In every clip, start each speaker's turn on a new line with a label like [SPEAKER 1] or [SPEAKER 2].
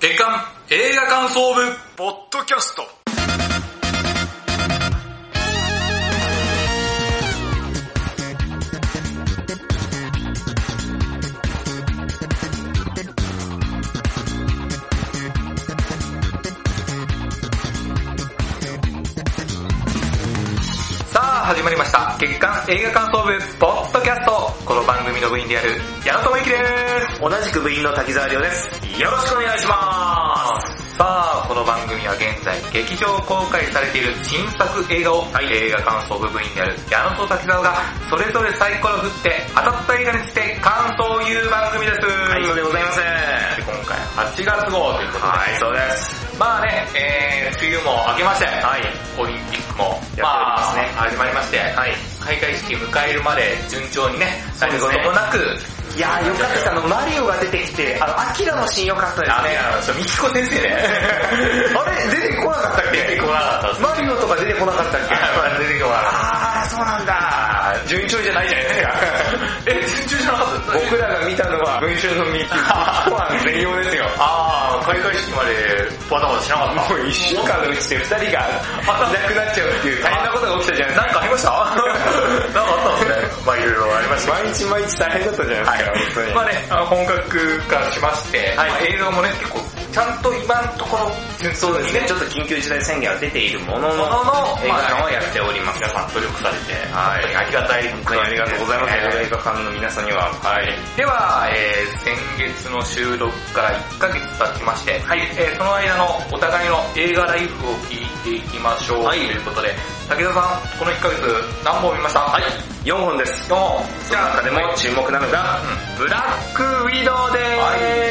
[SPEAKER 1] 間映画感想部
[SPEAKER 2] ポッドキャスト
[SPEAKER 1] さあ始まりました月間映画感想部ポッドキャストこの番組の部員である矢野智之です
[SPEAKER 3] 同じく部員の滝沢亮です。よろしくお願いします。
[SPEAKER 1] さあこの番組は現在劇場公開されている新作映画を、映画感想部部員である矢野と滝沢がそれぞれサイコロ振って当たった映画について感想を言う番組です、
[SPEAKER 3] はい、そうでございます。
[SPEAKER 1] 今回8月号ということで、
[SPEAKER 3] はい、そうです。
[SPEAKER 1] まあね、えー、梅雨も明けまして、
[SPEAKER 3] はい
[SPEAKER 1] オリンピックも、
[SPEAKER 3] やっておりますね
[SPEAKER 1] あ、始まりまして、
[SPEAKER 3] はい。
[SPEAKER 1] 開会式迎えるまで順調にね、
[SPEAKER 3] そう
[SPEAKER 1] 何
[SPEAKER 3] ですね
[SPEAKER 1] 事もなく、
[SPEAKER 3] いやーよかったです。あの、マリオが出てきて、あの、アキラのシーンよかったです
[SPEAKER 1] あれ
[SPEAKER 3] ね。
[SPEAKER 1] あの、ちょ、みきこ先生ね。
[SPEAKER 3] あれ、出てこなかったっけ
[SPEAKER 1] 出てこなかったっす
[SPEAKER 3] マリオとか出てこなかったっけ
[SPEAKER 1] あ 出てこなかった
[SPEAKER 3] あー、そうなんだ。
[SPEAKER 1] 順調じゃないじゃないですか。え、 順調じゃなかった
[SPEAKER 3] 僕らが見たのは、文春の ミキ、コアの全容です よ。
[SPEAKER 1] あー、開会式までバタバタしなかった。
[SPEAKER 3] もう一週間のうちで二人がいなくなっちゃうっていう大変なことが起きたじゃないですか。
[SPEAKER 1] なんかあり ました なんかあったんですね。まあいろいろありましたけど
[SPEAKER 3] 毎日毎日大変だったじゃないですか、本当に。
[SPEAKER 1] まあね、あの本格化しまして、
[SPEAKER 3] はい
[SPEAKER 1] まあ映画もね、結構、ちゃんと今のところ、戦
[SPEAKER 3] そう
[SPEAKER 1] 争
[SPEAKER 3] で
[SPEAKER 1] に
[SPEAKER 3] す
[SPEAKER 1] ね、
[SPEAKER 3] ね、ちょっと緊急事態宣言は出ているもの
[SPEAKER 1] も
[SPEAKER 3] の、
[SPEAKER 1] のの
[SPEAKER 3] 映画館
[SPEAKER 1] まあ
[SPEAKER 3] をやっております。
[SPEAKER 1] 皆さん努力されて、
[SPEAKER 3] はい
[SPEAKER 1] 本当にありがたい、本
[SPEAKER 3] 本当にありがとうございます、
[SPEAKER 1] え
[SPEAKER 3] 映画館の皆さんには。
[SPEAKER 1] ーはい。では、えー先月の収録から1ヶ月経ちまして、えーその間のお互いの映画ライフを聞いていきましょう、
[SPEAKER 3] はい
[SPEAKER 1] ということで、武田さん、この1ヶ月何本見ましたはい。
[SPEAKER 3] 4本です。
[SPEAKER 1] 4本。
[SPEAKER 3] その中でも注目なのが、ブラックウィドウです、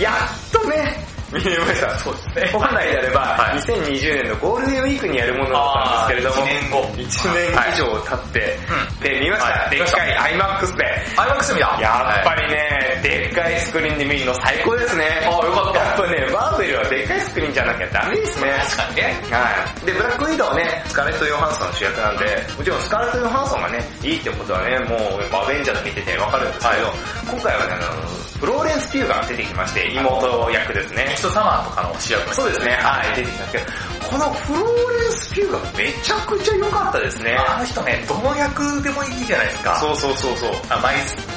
[SPEAKER 3] やっとね、見れました。
[SPEAKER 1] そうですね
[SPEAKER 3] 本来であれば、
[SPEAKER 1] はい
[SPEAKER 3] 2020年のゴールデンウィークにやるものだったんですけれども、
[SPEAKER 1] あー一年後
[SPEAKER 3] 一年以上経って、
[SPEAKER 1] う
[SPEAKER 3] で、見ました。
[SPEAKER 1] はい
[SPEAKER 3] でっかい IMAX で。
[SPEAKER 1] アイマックス見た
[SPEAKER 3] やっぱ
[SPEAKER 1] り、
[SPEAKER 3] りね、でっかいスクリーンで見るの最高ですね。
[SPEAKER 1] あよかった
[SPEAKER 3] やっぱね、バーベルはでっかいスクリーンじゃなきゃダメですね。
[SPEAKER 1] 確かにね、
[SPEAKER 3] はい。で、ブラックウィドウはね、スカーレット・ヨハンソンの主役なんで、もちろんスカーレット・ヨハンソンがね、いいってことはね、もうやっぱアベンジャーズ見ててわかるんですけど、
[SPEAKER 1] はい
[SPEAKER 3] 今回はね、あの、フローレンス・ピューが出てきまして、妹役ですね。
[SPEAKER 1] 人様とかの主役の人
[SPEAKER 3] そうですね、はい、出てきたんですけど、このフローレンス・ピューがめちゃくちゃ良かったですね。
[SPEAKER 1] あの人ね、どの役でもいいじゃないですか。
[SPEAKER 3] うそうそうそう。
[SPEAKER 1] あ、マイ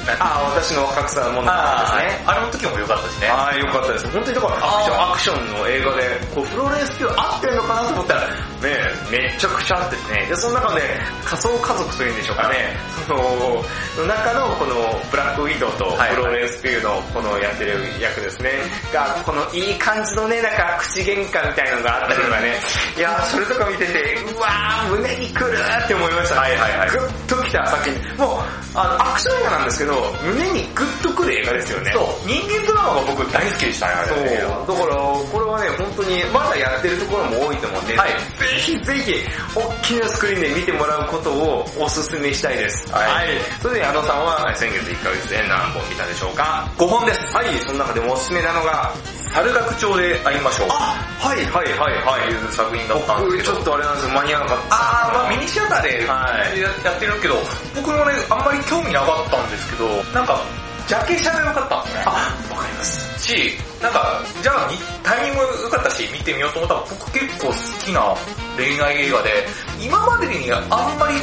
[SPEAKER 1] なんか
[SPEAKER 3] あー、私の若草のものなん
[SPEAKER 1] あ
[SPEAKER 3] ですね。
[SPEAKER 1] あれの時も良かったしね。
[SPEAKER 3] ああ、よかったです。本当にだからアクション、アクションの映画で、こう、フローレンス級合ってるのかなと思ったら、ねめちゃくちゃ合っててね。で、その中で、仮想家族というんでしょうかね。その、その中のこの、ブラックウィドウと
[SPEAKER 1] はい
[SPEAKER 3] フローレンス級のこのやってる役ですね。が、このいい感じのね、なんか口喧嘩みたいなのがあったりとかね。いやー、それとか見てて、うわー、胸にくるーって思いましたね。
[SPEAKER 1] はいはいはい
[SPEAKER 3] グッときた先に。もう、あの、アクション映画なんですけど、胸にグッとくる映画ですよね。
[SPEAKER 1] そう、人間ドラマが僕大好きでしたね、あ
[SPEAKER 3] そう。だ
[SPEAKER 1] れ。
[SPEAKER 3] から、これはね、本当に、まだやってるところも多いと思うんで、
[SPEAKER 1] はい
[SPEAKER 3] ぜひぜひ、大きなスクリーンで見てもらうことをお勧めしたいです。
[SPEAKER 1] はい
[SPEAKER 3] それで、矢野さんは先月1ヶ月で何本見たでしょうか
[SPEAKER 1] 5本です。
[SPEAKER 3] はい、その中でもおすすめなのが、
[SPEAKER 1] 猿楽町で会いましょう。
[SPEAKER 3] はいはいはい
[SPEAKER 1] と
[SPEAKER 3] はい。
[SPEAKER 1] いう作品だったんです
[SPEAKER 3] 僕、
[SPEAKER 1] け
[SPEAKER 3] ち
[SPEAKER 1] ど。
[SPEAKER 3] ょっとあれなんですよ、間に合わなかった。
[SPEAKER 1] あー、まあミニシアターで
[SPEAKER 3] はい
[SPEAKER 1] ややってるけど、僕もね、あんまり興味なかったんですけど、なんか、ジャケ写が良かったんですね。
[SPEAKER 3] あ、わかります。
[SPEAKER 1] し、なんか、じゃあ、みタイミング良かったし、見てみようと思ったら、僕結構好きな恋愛映画で、今までにあんまり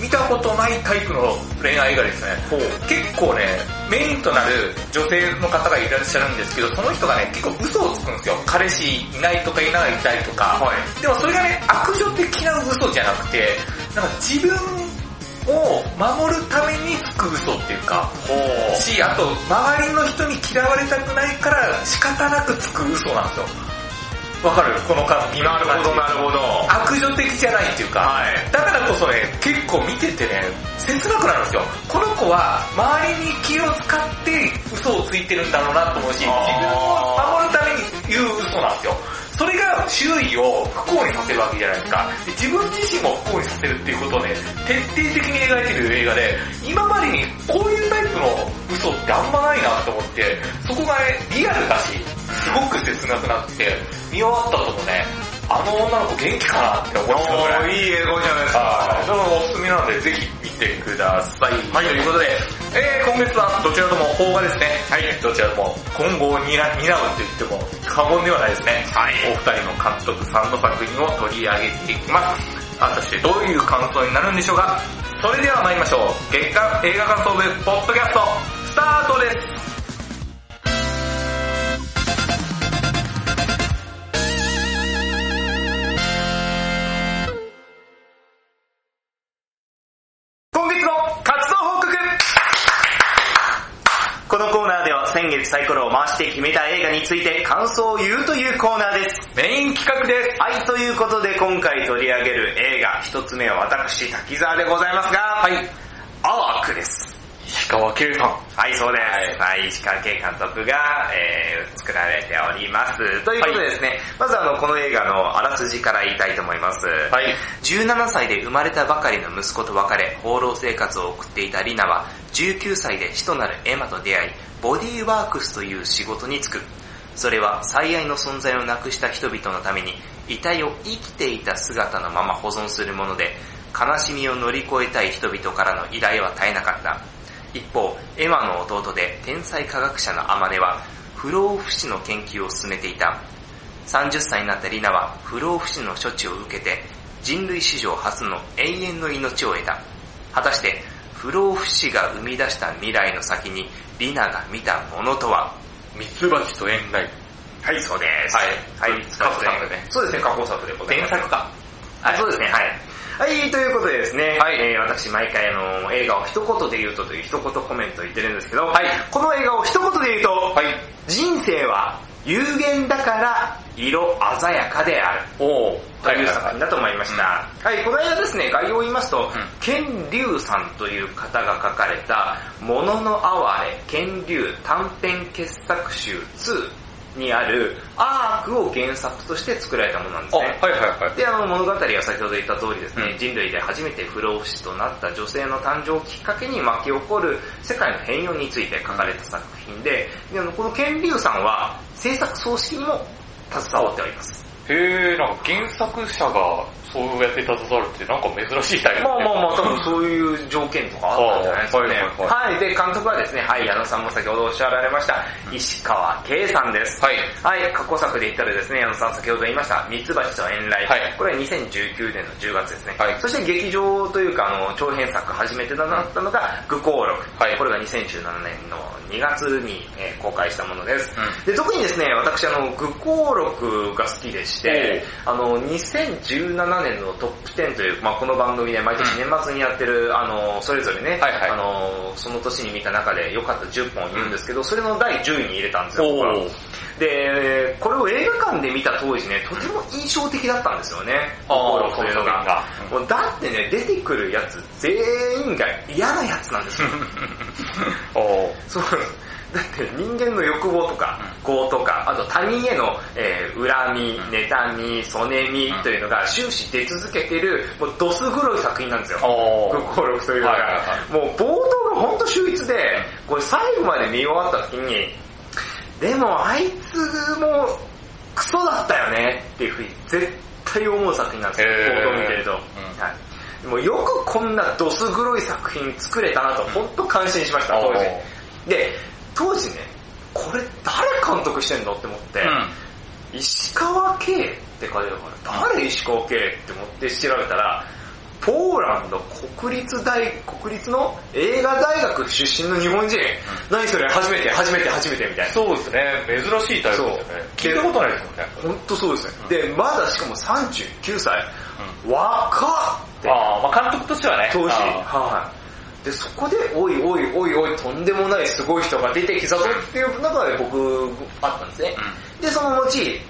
[SPEAKER 1] 見たことないタイプの恋愛映画ですね。
[SPEAKER 3] ほう。
[SPEAKER 1] 結構ね、メインとなる女性の方がいらっしゃるんですけど、その人がね、結構嘘をつくんですよ。彼氏いないとかいないいたりとか。
[SPEAKER 3] はい。
[SPEAKER 1] でもそれがね、悪女的な嘘じゃなくて、なんか自分を守るためにつく嘘っていうか、
[SPEAKER 3] ほう
[SPEAKER 1] し、あと、周りの人に嫌われたくないから仕方なくつく嘘なんですよ。わかるこの感じ。
[SPEAKER 3] なるほどなるほど。
[SPEAKER 1] 悪女的じゃないっていうか、
[SPEAKER 3] はい。
[SPEAKER 1] だからこそね、結構見ててね、切なくなるんですよ。この子は周りに気を使って嘘をついてるんだろうなと思うし、自分
[SPEAKER 3] あー
[SPEAKER 1] を守るために言う嘘なんですよ。それが周囲を不幸にさせるわけじゃないですか。で自分自身も不幸にさせるっていうことをね、徹底的に描いてる映画で、今までにこういうタイプの嘘ってあんまないなと思って、そこがね、リアルだし、すごく切なくなって、見終わった後もね、あの女の子元気かなって思っ
[SPEAKER 3] お
[SPEAKER 1] てたぐらい
[SPEAKER 3] ー、いい映画じゃないですか。
[SPEAKER 1] はい。そのおすすめなので、ぜひ見てください。はい、ということで、えー、今月はどちらとも邦画ですね。はい。どちらとも今後を担担うと言っても過言ではないですね。はい。お二人の監督さんの作品を取り上げていきます。果たしてどういう感想になるんでしょうかそれでは参りましょう。月間映画感想部ポッドキャスト、スタートです
[SPEAKER 3] 今月の活動報告このコーナーでは先月サイコロを回して決めた映画について感想を言うというコーナーです。
[SPEAKER 1] メイン企画です。
[SPEAKER 3] はい、ということで今回取り上げる映画、一つ目は私、滝沢でございますが、はい。アワークです。
[SPEAKER 1] 石川圭さん。
[SPEAKER 3] はい、そうです。はい、石川慶監督が、えー、作られております。ということでですね、まずあの、この映画のあらすじから言いたいと思います。
[SPEAKER 1] はい。
[SPEAKER 3] 17歳で生まれたばかりの息子と別れ、放浪生活を送っていたリナは、19歳で死となるエマと出会い、ボディーワークスという仕事に就く。それは最愛の存在をなくした人々のために、遺体を生きていた姿のまま保存するもので、悲しみを乗り越えたい人々からの依頼は絶えなかった。一方、エマの弟で天才科学者のアマネは、不老不死の研究を進めていた。30歳になったリナは不老不死の処置を受けて人類史上初の永遠の命を得た。果たして不老不死が生み出した未来の先にリナが見たものとは
[SPEAKER 1] ミツバチと遠雷。
[SPEAKER 3] はい、そうです。
[SPEAKER 1] はい
[SPEAKER 3] はい、
[SPEAKER 1] 過去作ね
[SPEAKER 3] そうですね、過去作でございます。
[SPEAKER 1] か。
[SPEAKER 3] あ、そうですね、はい。はい、ということでですね、
[SPEAKER 1] はい
[SPEAKER 3] えー私毎回あの映画を一言で言うとという一言コメントを言ってるんですけど、
[SPEAKER 1] はい
[SPEAKER 3] この映画を一言で言うと、
[SPEAKER 1] はい。
[SPEAKER 3] 人生は有限だから色鮮やかである。
[SPEAKER 1] おー、
[SPEAKER 3] という作品だと思いました。はい、この間ですね、概要を言いますと、
[SPEAKER 1] ん
[SPEAKER 3] 剣竜さんという方が書かれた、もののあわれ剣竜短編傑作集2にあるアークを原作として作られたものなんです
[SPEAKER 1] あ、は
[SPEAKER 3] ね
[SPEAKER 1] い。はいはい。
[SPEAKER 3] で、あの物語は先ほど言った通りですね、
[SPEAKER 1] うん
[SPEAKER 3] 人類で初めて不老不死となった女性の誕生をきっかけに巻き起こる世界の変容について書かれた作品で、であのこの剣竜さんは制作葬式にも携わっております。
[SPEAKER 1] へー、なんか原作者がそうやって携わるってなんか珍しいタイプ
[SPEAKER 3] まあまあまあ、多分そういう条件とかあったんじゃないですかね。
[SPEAKER 1] は
[SPEAKER 3] はい、で、監督はですね、はい、矢野さんも先ほどおっしゃられました、石川圭さんです。
[SPEAKER 1] はい。
[SPEAKER 3] はい、過去作で言ったらですね、矢野さん先ほど言いました、ミツバチと遠雷。
[SPEAKER 1] はい
[SPEAKER 3] これは2019年の10月ですね。
[SPEAKER 1] はい
[SPEAKER 3] そして劇場というか、あの、長編作初めてだなったのが、愚行録。
[SPEAKER 1] はい
[SPEAKER 3] これが2017年の2月に、えー公開したものです。
[SPEAKER 1] う
[SPEAKER 3] で、特にですね、私、あの、愚行録が好きでして
[SPEAKER 1] え、
[SPEAKER 3] あの、2017年のトップ10という、まあこの番組で毎年年末にやってる、あの、それぞれね、
[SPEAKER 1] はいはい
[SPEAKER 3] あの、その年に見た中で良かった10本言うんですけど、それの第10位に入れたんですよ、僕は
[SPEAKER 1] おー
[SPEAKER 3] で、これを映画館で見た当時ね、とても印象的だったんですよね。
[SPEAKER 1] あー
[SPEAKER 3] ゴロというのが。
[SPEAKER 1] そ
[SPEAKER 3] もうだってね、出てくるやつ全員が嫌なやつなん ですよ。
[SPEAKER 1] おー。
[SPEAKER 3] そう。 だって人間の欲望とか、業とか、あと他人への、えー恨み、妬み、そねみというのが終始出続けてる、もうドス黒い作品なんですよ。
[SPEAKER 1] お
[SPEAKER 3] 復
[SPEAKER 1] ー。
[SPEAKER 3] 興録というのが、
[SPEAKER 1] はいはいは
[SPEAKER 3] もう冒頭が本当秀逸で、これ最後まで見終わった時に、でもあいつもクソだったよねっていうふうに絶対思う作品なんですよ、
[SPEAKER 1] へー
[SPEAKER 3] 冒頭見てると。
[SPEAKER 1] うん
[SPEAKER 3] はいもうよくこんなドス黒い作品作れたなと本当感心しました、当時
[SPEAKER 1] おー。
[SPEAKER 3] で、当時ね、これ誰監督してんのって思って、石川圭って書いてあるから、誰石川圭って思って調べたら、ポーランド国立大、国立の映画大学出身の日本人。何それ初めて、初めて、初めてみたいな。
[SPEAKER 1] そうですね、珍しいタイプですよね
[SPEAKER 3] そう。
[SPEAKER 1] 聞いたことないですもんね。
[SPEAKER 3] ほんとそうですね。で、まだしかも39歳。若っって。
[SPEAKER 1] あー、まあ監督としてはね。
[SPEAKER 3] 当時。
[SPEAKER 1] あ
[SPEAKER 3] はい。で、そこで、おいおいおいおい、とんでもないすごい人が出てきたぞっていう中で僕、あったんですね。で、その後、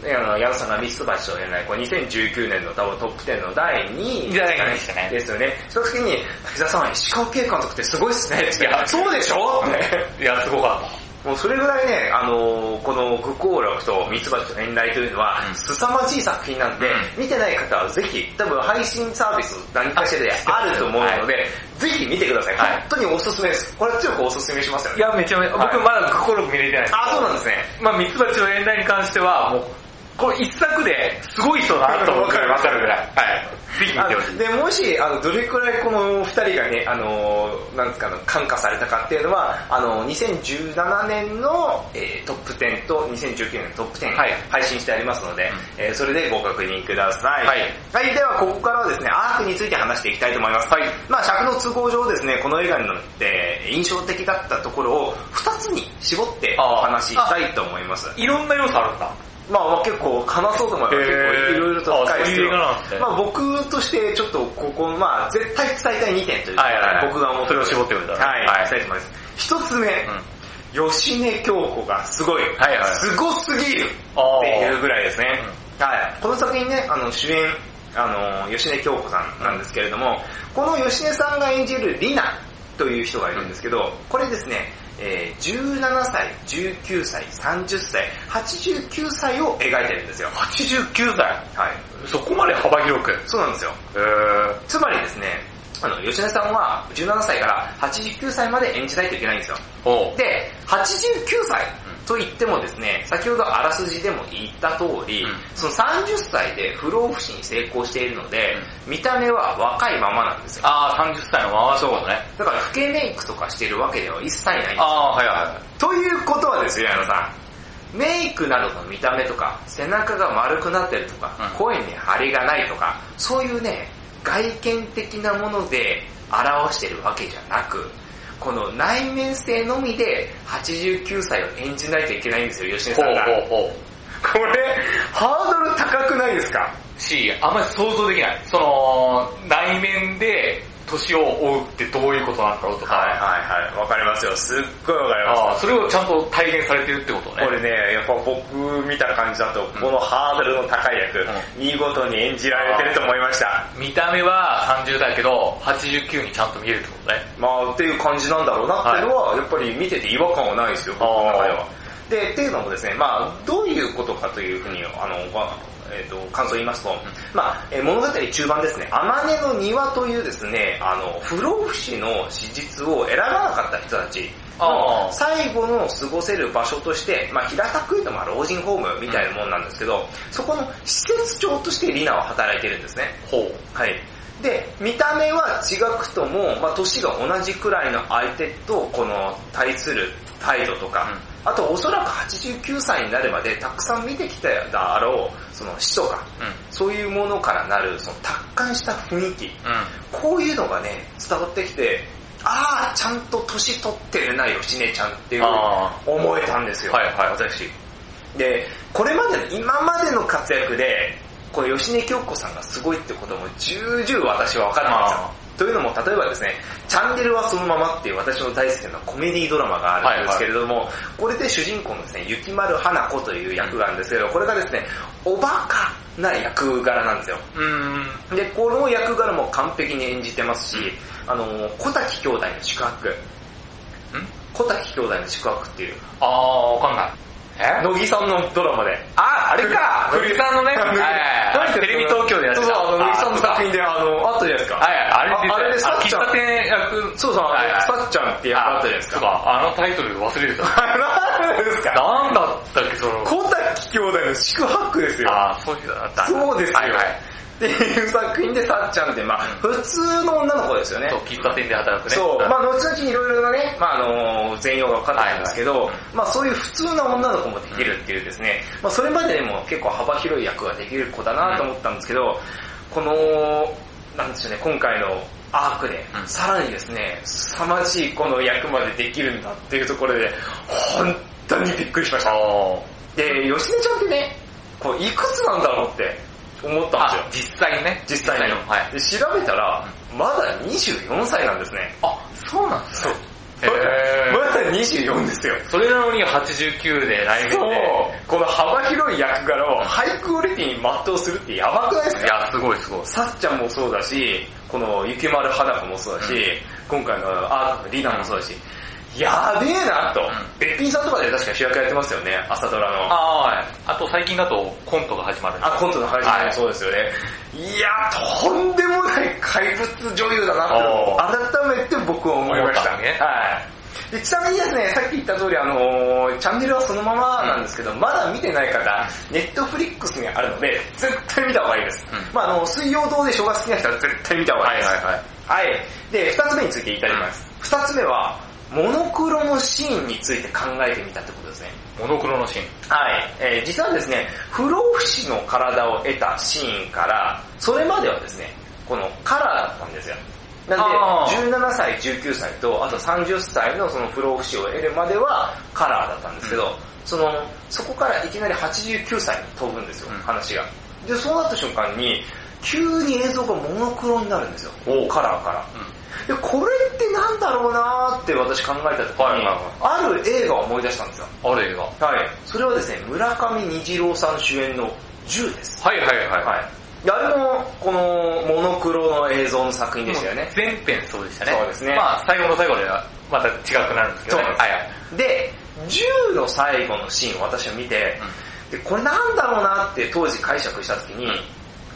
[SPEAKER 3] ねあの、矢野さんがミツバチと言えない、こう2019年の多分トップ10の第2位
[SPEAKER 1] 第二位でしたね
[SPEAKER 3] ですよね。その時に、滝沢さん、石川慶監督ってすごいっすね。って
[SPEAKER 1] いや
[SPEAKER 3] そうでしょって。
[SPEAKER 1] ーいや、すごかっ
[SPEAKER 3] もうそれぐらいね、あのーこの愚行録とミツバチと遠雷というのは、
[SPEAKER 1] うん
[SPEAKER 3] 凄まじい作品なんで、見てない方はぜひ、多分配信サービス何かしらであると思うので、ぜひ見てください。
[SPEAKER 1] はい
[SPEAKER 3] 本当におすすめです。これ強くおすすめしますよ
[SPEAKER 1] た。
[SPEAKER 3] ね。
[SPEAKER 1] や、めちゃめちゃ、僕まだ心見れてない
[SPEAKER 3] あ、そうなんですね。
[SPEAKER 1] まあミツバチの遠雷に関しては、もう、これ一作ですごい人だなと思ってわかるぐらい。はい。ぜひ見
[SPEAKER 3] あ
[SPEAKER 1] てほしい。
[SPEAKER 3] でもしあのどれくらいこの2人がねあのなんですかあの感化されたかっていうのはあの2017年の、えートップ10と2019年のトップ10、
[SPEAKER 1] はい
[SPEAKER 3] 配信してありますので、えーそれでご確認ください、
[SPEAKER 1] はい
[SPEAKER 3] はいではここからはですねアークについて話していきたいと思います、
[SPEAKER 1] はい
[SPEAKER 3] まあ尺の都合上ですねこの映画にのって印象的だったところを2つに絞ってお
[SPEAKER 1] あー
[SPEAKER 3] 話ししたいと思います
[SPEAKER 1] いろんな要素あるんだ。
[SPEAKER 3] まあ結構話そうと思えば結構いろいろと深いですけ
[SPEAKER 1] へーあそういう映
[SPEAKER 3] ど、
[SPEAKER 1] 画なんですね
[SPEAKER 3] まあ僕としてちょっとここ、まあ絶対最大2点というか、
[SPEAKER 1] はいはいはい
[SPEAKER 3] 僕が思
[SPEAKER 1] それを絞ってくれた
[SPEAKER 3] はい、
[SPEAKER 1] らはい
[SPEAKER 3] したいと思います。一つ目、吉根京子がすごい、
[SPEAKER 1] はいはい
[SPEAKER 3] すごすぎる
[SPEAKER 1] あ
[SPEAKER 3] って
[SPEAKER 1] ー
[SPEAKER 3] いうぐらいですね。はい。この作品ね、あの主演、あの、吉根京子さんなんですけれども、この吉根さんが演じるリナという人がいるんですけど、これですね、えー17歳、19歳、30歳、89歳を描いてるんですよ。
[SPEAKER 1] 89歳。
[SPEAKER 3] はい。
[SPEAKER 1] そこまで幅広く。へ
[SPEAKER 3] そうなんですよ。
[SPEAKER 1] ー。
[SPEAKER 3] つまりですね、あの、吉根さんは17歳から89歳まで演じないといけないんですよ。
[SPEAKER 1] おう
[SPEAKER 3] で、89歳と言ってもですね、先ほどあらすじでも言った通り、
[SPEAKER 1] うん
[SPEAKER 3] その30歳で不老不死に成功しているので、見た目は若いままなんですよ。
[SPEAKER 1] あー、30歳のままそうね。
[SPEAKER 3] だから老けメイクとかしてるわけでは一切ないんですよ
[SPEAKER 1] あー、はいは
[SPEAKER 3] ということはですよ、矢野さん。メイクなどの見た目とか、背中が丸くなってるとか、
[SPEAKER 1] うん
[SPEAKER 3] 声に張りがないとか、そういうね、外見的なもので表してるわけじゃなく、この内面性のみで89歳を演じないといけないんですよ、吉
[SPEAKER 1] い。
[SPEAKER 3] 根さんが。
[SPEAKER 1] ほうほうほう。
[SPEAKER 3] これ、ハードル高くないですか
[SPEAKER 1] し、あんまり想像できない。その、内面で年を追うってどういうことなんだろうとか。
[SPEAKER 3] はいはい、わかりますよ。すっごいわかり
[SPEAKER 1] あーそれをちゃんと体現されてるってことね。
[SPEAKER 3] これね、やっぱ僕見た感じだと、このハードルの高い役、
[SPEAKER 1] う
[SPEAKER 3] 見事に演じられてると思いました。
[SPEAKER 1] 見た目は30だけど、89にちゃんと見えるってことね。
[SPEAKER 3] まあっていう感じなんだろうなっていうのは、やっぱり見てて違和感はないですよ、僕の中では。で、っていうのもですね、まあどういうことかというふうに、あの、まあえっ、と、感想を言いますと、まあ、えー物語中盤ですね、あまねの庭というですね、あの、不老不死の史実を選ばなかった人たち
[SPEAKER 1] あ
[SPEAKER 3] の
[SPEAKER 1] ー
[SPEAKER 3] 最後の過ごせる場所として、まあ平たく言うとまあ老人ホームみたいなもんなんですけど、そこの施設長としてリナは働いてるんですね。
[SPEAKER 1] ほう。
[SPEAKER 3] はい。で、見た目は違くとも、まあ、年が同じくらいの相手と、この、対する態度とか、あと、おそらく89歳になるまで、たくさん見てきたであろう、その死とか、
[SPEAKER 1] うん。
[SPEAKER 3] そういうものからなる、その、達観した雰囲気、
[SPEAKER 1] うん。
[SPEAKER 3] こういうのがね、伝わってきて、あー、ちゃんと年取ってるな、吉根ちゃんっていう、
[SPEAKER 1] あ
[SPEAKER 3] 思えたんですよ。
[SPEAKER 1] はいはい
[SPEAKER 3] 私。で、これまでの、今までの活躍で、この吉根京子さんがすごいってことも重々私は分かって
[SPEAKER 1] あ
[SPEAKER 3] ますよ。というのも、例えばですね、チャンネルはそのままっていう私の大好きなコメディドラマがあるんですけれども、これで主人公のですね、雪丸花子という役があるんですけど、これがですね、おバカな役柄なんですよ。
[SPEAKER 1] ー。うーん。
[SPEAKER 3] で、この役柄も完璧に演じてますし、あの、小滝兄弟の宿泊。小滝兄弟の宿泊っていう、
[SPEAKER 1] あー、わかんない。え
[SPEAKER 3] 乃木さんのドラマで。
[SPEAKER 1] あ、あれか
[SPEAKER 3] ふ
[SPEAKER 1] 藤井さんのね、
[SPEAKER 3] あの
[SPEAKER 1] はいテレビ東京でやって
[SPEAKER 3] そう
[SPEAKER 1] た。
[SPEAKER 3] そう、あの、乃木さんの作品
[SPEAKER 1] で。
[SPEAKER 3] で、あの、あったじゃないですか。
[SPEAKER 1] はい、あれ
[SPEAKER 3] ああれでさっちゃん
[SPEAKER 1] あ喫茶店役。
[SPEAKER 3] そうそう、あ
[SPEAKER 1] はいは
[SPEAKER 3] の、
[SPEAKER 1] い
[SPEAKER 3] さっちゃんって役あったじゃないです
[SPEAKER 1] そう
[SPEAKER 3] か。
[SPEAKER 1] か、あのタイトル忘れてた。
[SPEAKER 3] 何ですか
[SPEAKER 1] なんだったっけ、その。
[SPEAKER 3] 小滝兄弟の宿泊ですよ。
[SPEAKER 1] あー、そういうのだった。
[SPEAKER 3] そうですよ
[SPEAKER 1] はいはい。
[SPEAKER 3] っていう作品でさっちゃんって、まあ、普通の女の子ですよね。
[SPEAKER 1] そう、喫茶店で働くね。
[SPEAKER 3] そう、ま
[SPEAKER 1] あ、
[SPEAKER 3] あ後々いろいろなね、まああのー全容が分かってるんですけど、
[SPEAKER 1] はいはい
[SPEAKER 3] まあそういう普通な女の子もできるっていうですね、まあそれまででも結構幅広い役ができる子だなと思ったんですけど、この、なんでしょうね、今回のアークで、
[SPEAKER 1] うん
[SPEAKER 3] さらにですね、凄まじいこの役までできるんだっていうところで、本当にびっくりしました。
[SPEAKER 1] あ
[SPEAKER 3] で、吉根ちゃんってね、こういくつなんだろうって思ったん
[SPEAKER 1] ーあ
[SPEAKER 3] で
[SPEAKER 1] 実際にね。
[SPEAKER 3] すよ。実際に。
[SPEAKER 1] のはい。
[SPEAKER 3] で調べたら、まだ24歳なんですね。
[SPEAKER 1] あ、そうなんですね。
[SPEAKER 3] まだ
[SPEAKER 1] へー
[SPEAKER 3] 24ですよ。
[SPEAKER 1] それなのに89で来年で。
[SPEAKER 3] この幅広い役柄をハイクオリティに全うするってやばくないです
[SPEAKER 1] い
[SPEAKER 3] か
[SPEAKER 1] や、すごいすごい。
[SPEAKER 3] さっちゃんもそうだし、この雪丸花子もそうだし、
[SPEAKER 1] うん
[SPEAKER 3] 今回のアークのリナもそうだし、やべえなと、
[SPEAKER 1] ん
[SPEAKER 3] べっぴんさんとかで確か主役やってますよね、朝ドラの。あ
[SPEAKER 1] あはい。あと最近だとコントが始まる。
[SPEAKER 3] コントの配信もそうですよね。い、やー、とんでもない怪物女優だなってのを改めて僕は思いました。
[SPEAKER 1] 思ったね
[SPEAKER 3] はい。でちなみにですね、さっき言った通り、あのーチャンネルはそのままなんですけど、まだ見てない方、ネットフリックスにあるので、絶対見た方がいいです。
[SPEAKER 1] うん
[SPEAKER 3] まああの、水曜どうでしょうが好きな人は絶対見た方がいいです。
[SPEAKER 1] はいはいはい
[SPEAKER 3] はい。で、二つ目について言いただきます。二つ目は、モノクロのシーンについて考えてみたってことですね。
[SPEAKER 1] モノクロのシーン。
[SPEAKER 3] はい。えー実はですね、不老不死の体を得たシーンから、それまではですね、このカラーだったんですよ。
[SPEAKER 1] あ
[SPEAKER 3] なん
[SPEAKER 1] ー
[SPEAKER 3] で、17歳、19歳と、あと30歳のその不老不死を得るまではカラーだったんですけど、その、そこからいきなり89歳に飛ぶんですよ、
[SPEAKER 1] うん
[SPEAKER 3] 話が。で、そうなった瞬間に、急に映像がモノクロになるんですよ。カラーから。で、これってなんだろうなーって私考えた時に、
[SPEAKER 1] はいはい
[SPEAKER 3] ある映画を思い出したんですよ。
[SPEAKER 1] ある映画。は
[SPEAKER 3] はい。それはですね、村上虹郎さん主演の銃です。
[SPEAKER 1] いはいはい。
[SPEAKER 3] はい。であれも、この、モノクロの映像の作品でしたよね。
[SPEAKER 1] 前編そうでしたね。
[SPEAKER 3] そうですね
[SPEAKER 1] まあ最後の最後ではまた違くなるんですけどね。
[SPEAKER 3] そうです
[SPEAKER 1] はいはい。
[SPEAKER 3] で、銃の最後のシーンを私は見て、で、これなんだろうなって当時解釈した時に、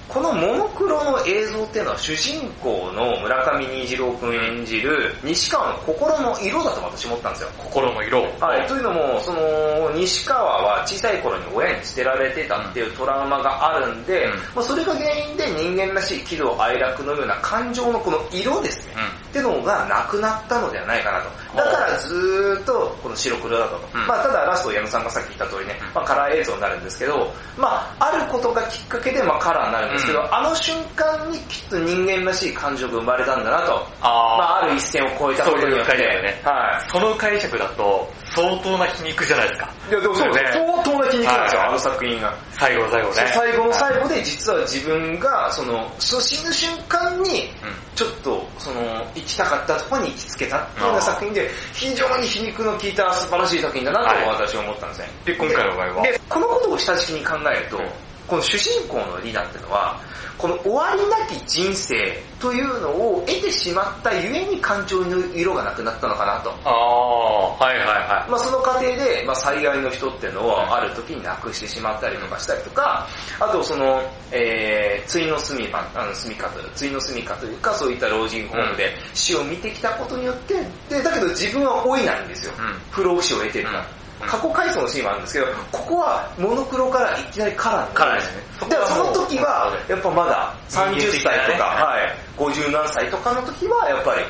[SPEAKER 3] このモノクロの映像っていうのは主人公の村上虹郎くん演じる西川の心の色だと私思ったんですよ。
[SPEAKER 1] 心の色を。
[SPEAKER 3] はい、というのも、その、西川は小さい頃に親に捨てられてたっていうトラウマがあるんで、
[SPEAKER 1] うん
[SPEAKER 3] まあ、それが原因で人間らしい喜怒哀楽のような感情のこの色ですね。
[SPEAKER 1] う
[SPEAKER 3] ってのがなくなったのではないかなと。だからずーっとこの白黒だった
[SPEAKER 1] う
[SPEAKER 3] と。
[SPEAKER 1] ん
[SPEAKER 3] まあただラスト矢野さんがさっき言った通りね
[SPEAKER 1] う、ん
[SPEAKER 3] まあ、カラー映像になるんですけど、まああることがきっかけでまあカラーになるんですけど、
[SPEAKER 1] うん
[SPEAKER 3] あの瞬間にきっと人間らしい感情が生まれたんだなと。ま
[SPEAKER 1] あ
[SPEAKER 3] あある一線を越えたことに
[SPEAKER 1] そう
[SPEAKER 3] よって。
[SPEAKER 1] いう感じだよね
[SPEAKER 3] はい。
[SPEAKER 1] ーその解釈だと相当な皮肉じゃないですか。
[SPEAKER 3] いやでもそうですね。
[SPEAKER 1] そう
[SPEAKER 3] 相当な皮肉なんですよ、
[SPEAKER 1] はい
[SPEAKER 3] あの作品が。
[SPEAKER 1] 最後の最後ね。
[SPEAKER 3] 最後の最後で実は自分が、その、その死ぬ瞬間に、ちょっと、その、行きたかったところに行きつけたっていうような作品で、非常に皮肉の効いた素晴らしい作品だなと
[SPEAKER 1] はい
[SPEAKER 3] 私は思ったんですね。
[SPEAKER 1] で、今回の場合は。
[SPEAKER 3] で、このことを下敷きに考えると
[SPEAKER 1] うん、
[SPEAKER 3] この主人公のリナっていうのは、この終わりなき人生というのを得てしまったゆえに感情の色がなくなったのかなと。
[SPEAKER 1] ああ、はいはいはい。
[SPEAKER 3] まあ、その過程で、まあ、災害の人っていうのをある時になくしてしまったりとかしたりとか、あとその、えー、対の住みか、あの住みかという、対の住みかというか、そういった老人ホームで死を見てきたことによって、で、だけど自分は老いないんですよ。
[SPEAKER 1] うん
[SPEAKER 3] 不老不死を得てるから。
[SPEAKER 1] うん
[SPEAKER 3] 過去回想のシーンもあるんですけど、ここはモノクロからいきなりカラーに
[SPEAKER 1] カラーですね
[SPEAKER 3] だからその時は、やっぱまだ30
[SPEAKER 1] 人間
[SPEAKER 3] 歳とか、
[SPEAKER 1] 的なね
[SPEAKER 3] はい、50何歳とかの時は、やっぱり、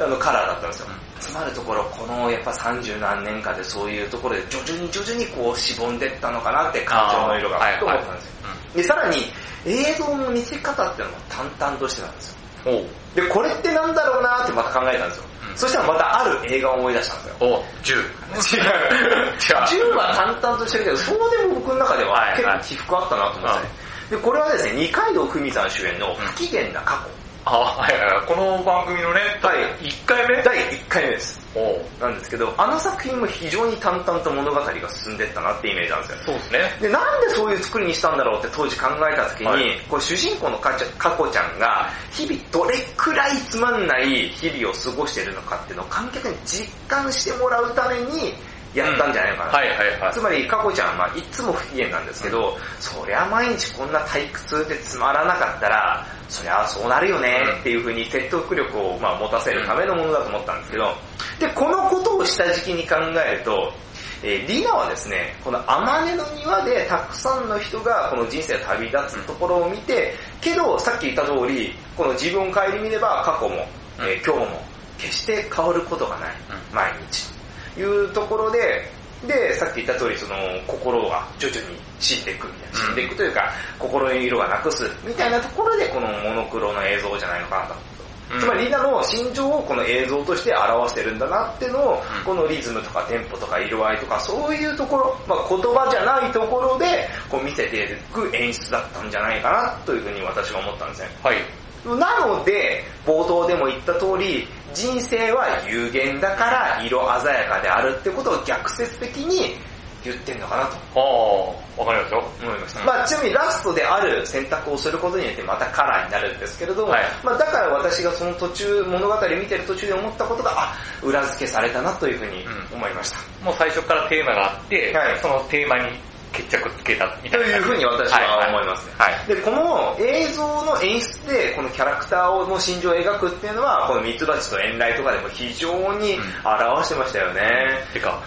[SPEAKER 3] あの、カラーだったんですよ。つまるところ、このやっぱ30何年かでそういうところで徐々に徐々にこうしぼんでったのかなって感情の色が
[SPEAKER 1] あーはい、
[SPEAKER 3] と思ったんですよ。で、さらに映像の見せ方っていうのも淡々としてたんですよ。
[SPEAKER 1] おう
[SPEAKER 3] で、これってなんだろうなーってまた考えたんですよ。
[SPEAKER 1] うん
[SPEAKER 3] そしたらまたある映画を思い出したんですよ。
[SPEAKER 1] おう 銃。違う。
[SPEAKER 3] 銃
[SPEAKER 1] 違う。
[SPEAKER 3] は淡々としてるけど、そうでも僕の中では
[SPEAKER 1] はい
[SPEAKER 3] 結
[SPEAKER 1] はい
[SPEAKER 3] 構起伏あったなと思って、で、これはですね、二階堂ふみさん主演の不機嫌な過
[SPEAKER 1] あはいはいはい。この番組のね、
[SPEAKER 3] はい
[SPEAKER 1] 1回目
[SPEAKER 3] 去、第1回目です。
[SPEAKER 1] おう
[SPEAKER 3] なんですけど、あの作品も非常に淡々と物語が進んでったなってイメージなんです
[SPEAKER 1] そ
[SPEAKER 3] よ。
[SPEAKER 1] うですね。
[SPEAKER 3] で、なんでそういう作りにしたんだろうって当時考えた時に、
[SPEAKER 1] はい
[SPEAKER 3] こう主人公のかちゃかこちゃんが、日々どれくらいつまんない日々を過ごしてるのかっていうのを観客に実感してもらうために、やったんじゃないかなと、
[SPEAKER 1] はいはいはい
[SPEAKER 3] つ。まり、かこちゃんはまあいつも不機嫌なんですけど、そりゃ毎日こんな退屈でつまらなかったら、そりゃそうなるよねっていう風に説得力をまあ持たせるためのものだと思ったんですけど、で、このことを下敷きに考えると、えーリナはですね、この天音の庭でたくさんの人がこの人生を旅立つところを見て、けどさっき言った通り、この自分を顧みれば過去も、えー今日も決して変わることがない、
[SPEAKER 1] う
[SPEAKER 3] 毎日というところで、で、さっき言った通り、その、心が徐々に死んでいくみたいな、
[SPEAKER 1] うん
[SPEAKER 3] 死んでいくというか、心の色がなくすみたいなところで、このモノクロの映像じゃないのかなと。
[SPEAKER 1] うん
[SPEAKER 3] つまり、リナの心情をこの映像として表してるんだなっていうのを、このリズムとかテンポとか色合いとか、そういうところ、まあ、言葉じゃないところで、こう見せていく演出だったんじゃないかな、というふうに私は思ったんですね。
[SPEAKER 1] はい。
[SPEAKER 3] なので、冒頭でも言った通り、人生は有限だから色鮮やかであるってことを逆説的に言ってんのかなと
[SPEAKER 1] ああ、わかりますよ。
[SPEAKER 3] 思いました。
[SPEAKER 1] うん
[SPEAKER 3] まあちなみにラストである選択をすることによってまたカラーになるんですけれども、
[SPEAKER 1] はい
[SPEAKER 3] まあだから私がその途中、物語見てる途中で思ったことが、あ、裏付けされたなというふうに思いました。
[SPEAKER 1] もう最初からテーマがあって、
[SPEAKER 3] はい
[SPEAKER 1] そのテーマに決着つけたみ
[SPEAKER 3] と
[SPEAKER 1] たいな。
[SPEAKER 3] いうふうに私は思いますね。
[SPEAKER 1] はい。
[SPEAKER 3] で、この映像の演出で、このキャラクターの心情を描くっていうのは、このミツバチと遠雷とかでも非常に表してましたよね。
[SPEAKER 1] てか、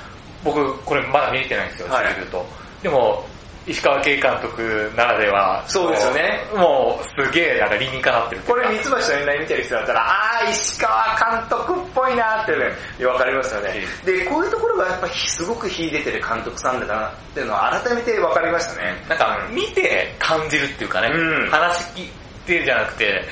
[SPEAKER 1] 僕、これまだ見れてないんですよ、
[SPEAKER 3] はい
[SPEAKER 1] 正直言うと。でも、石川慶監督ならでは、
[SPEAKER 3] そうですよね
[SPEAKER 1] もう。もう、すげえ、なんか理にかなってるってい
[SPEAKER 3] こ
[SPEAKER 1] うか。
[SPEAKER 3] れミツバチと遠雷見てる人だったら、あー、石川監督っぽいなってね、わかりますよね。で、こういうところがやっぱすごく秀でてる監督さんだなっていうのは改めてわかりましたね。
[SPEAKER 1] なんか、見て感じるっていうかね、
[SPEAKER 3] うん
[SPEAKER 1] 話聞いてじゃなくて、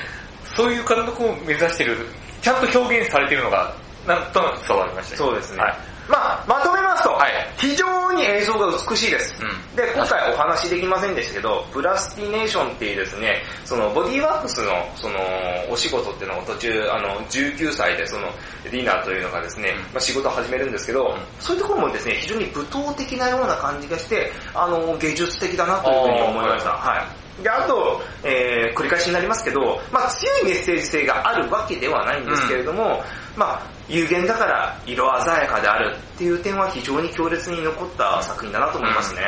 [SPEAKER 1] そういう監督を目指してる、ちゃんと表現されてるのが、なんとなく伝わりましたね。
[SPEAKER 3] そうですね。
[SPEAKER 1] はい。
[SPEAKER 3] まあ、まとめますと、
[SPEAKER 1] はい
[SPEAKER 3] 非常に映像が美しいです。
[SPEAKER 1] うん
[SPEAKER 3] で、今回お話しできませんでしたけど、プラスティネーションっていうですね、そのボディワックスの、その、お仕事っていうのを途中、あの、19歳でその、ディナーというのがですね、
[SPEAKER 1] うん
[SPEAKER 3] まあ、仕事を始めるんですけど、
[SPEAKER 1] ん
[SPEAKER 3] そういうところもですね、非常に舞踏的なような感じがして、あの、芸術的だなというふうに思いました。
[SPEAKER 1] あ
[SPEAKER 3] はい。で、あと、えー、繰り返しになりますけど、まあ強いメッセージ性があるわけではないんですけれども、まあ有限だから色鮮やかであるっていう点は非常に強烈に残った作品だなと思いますね。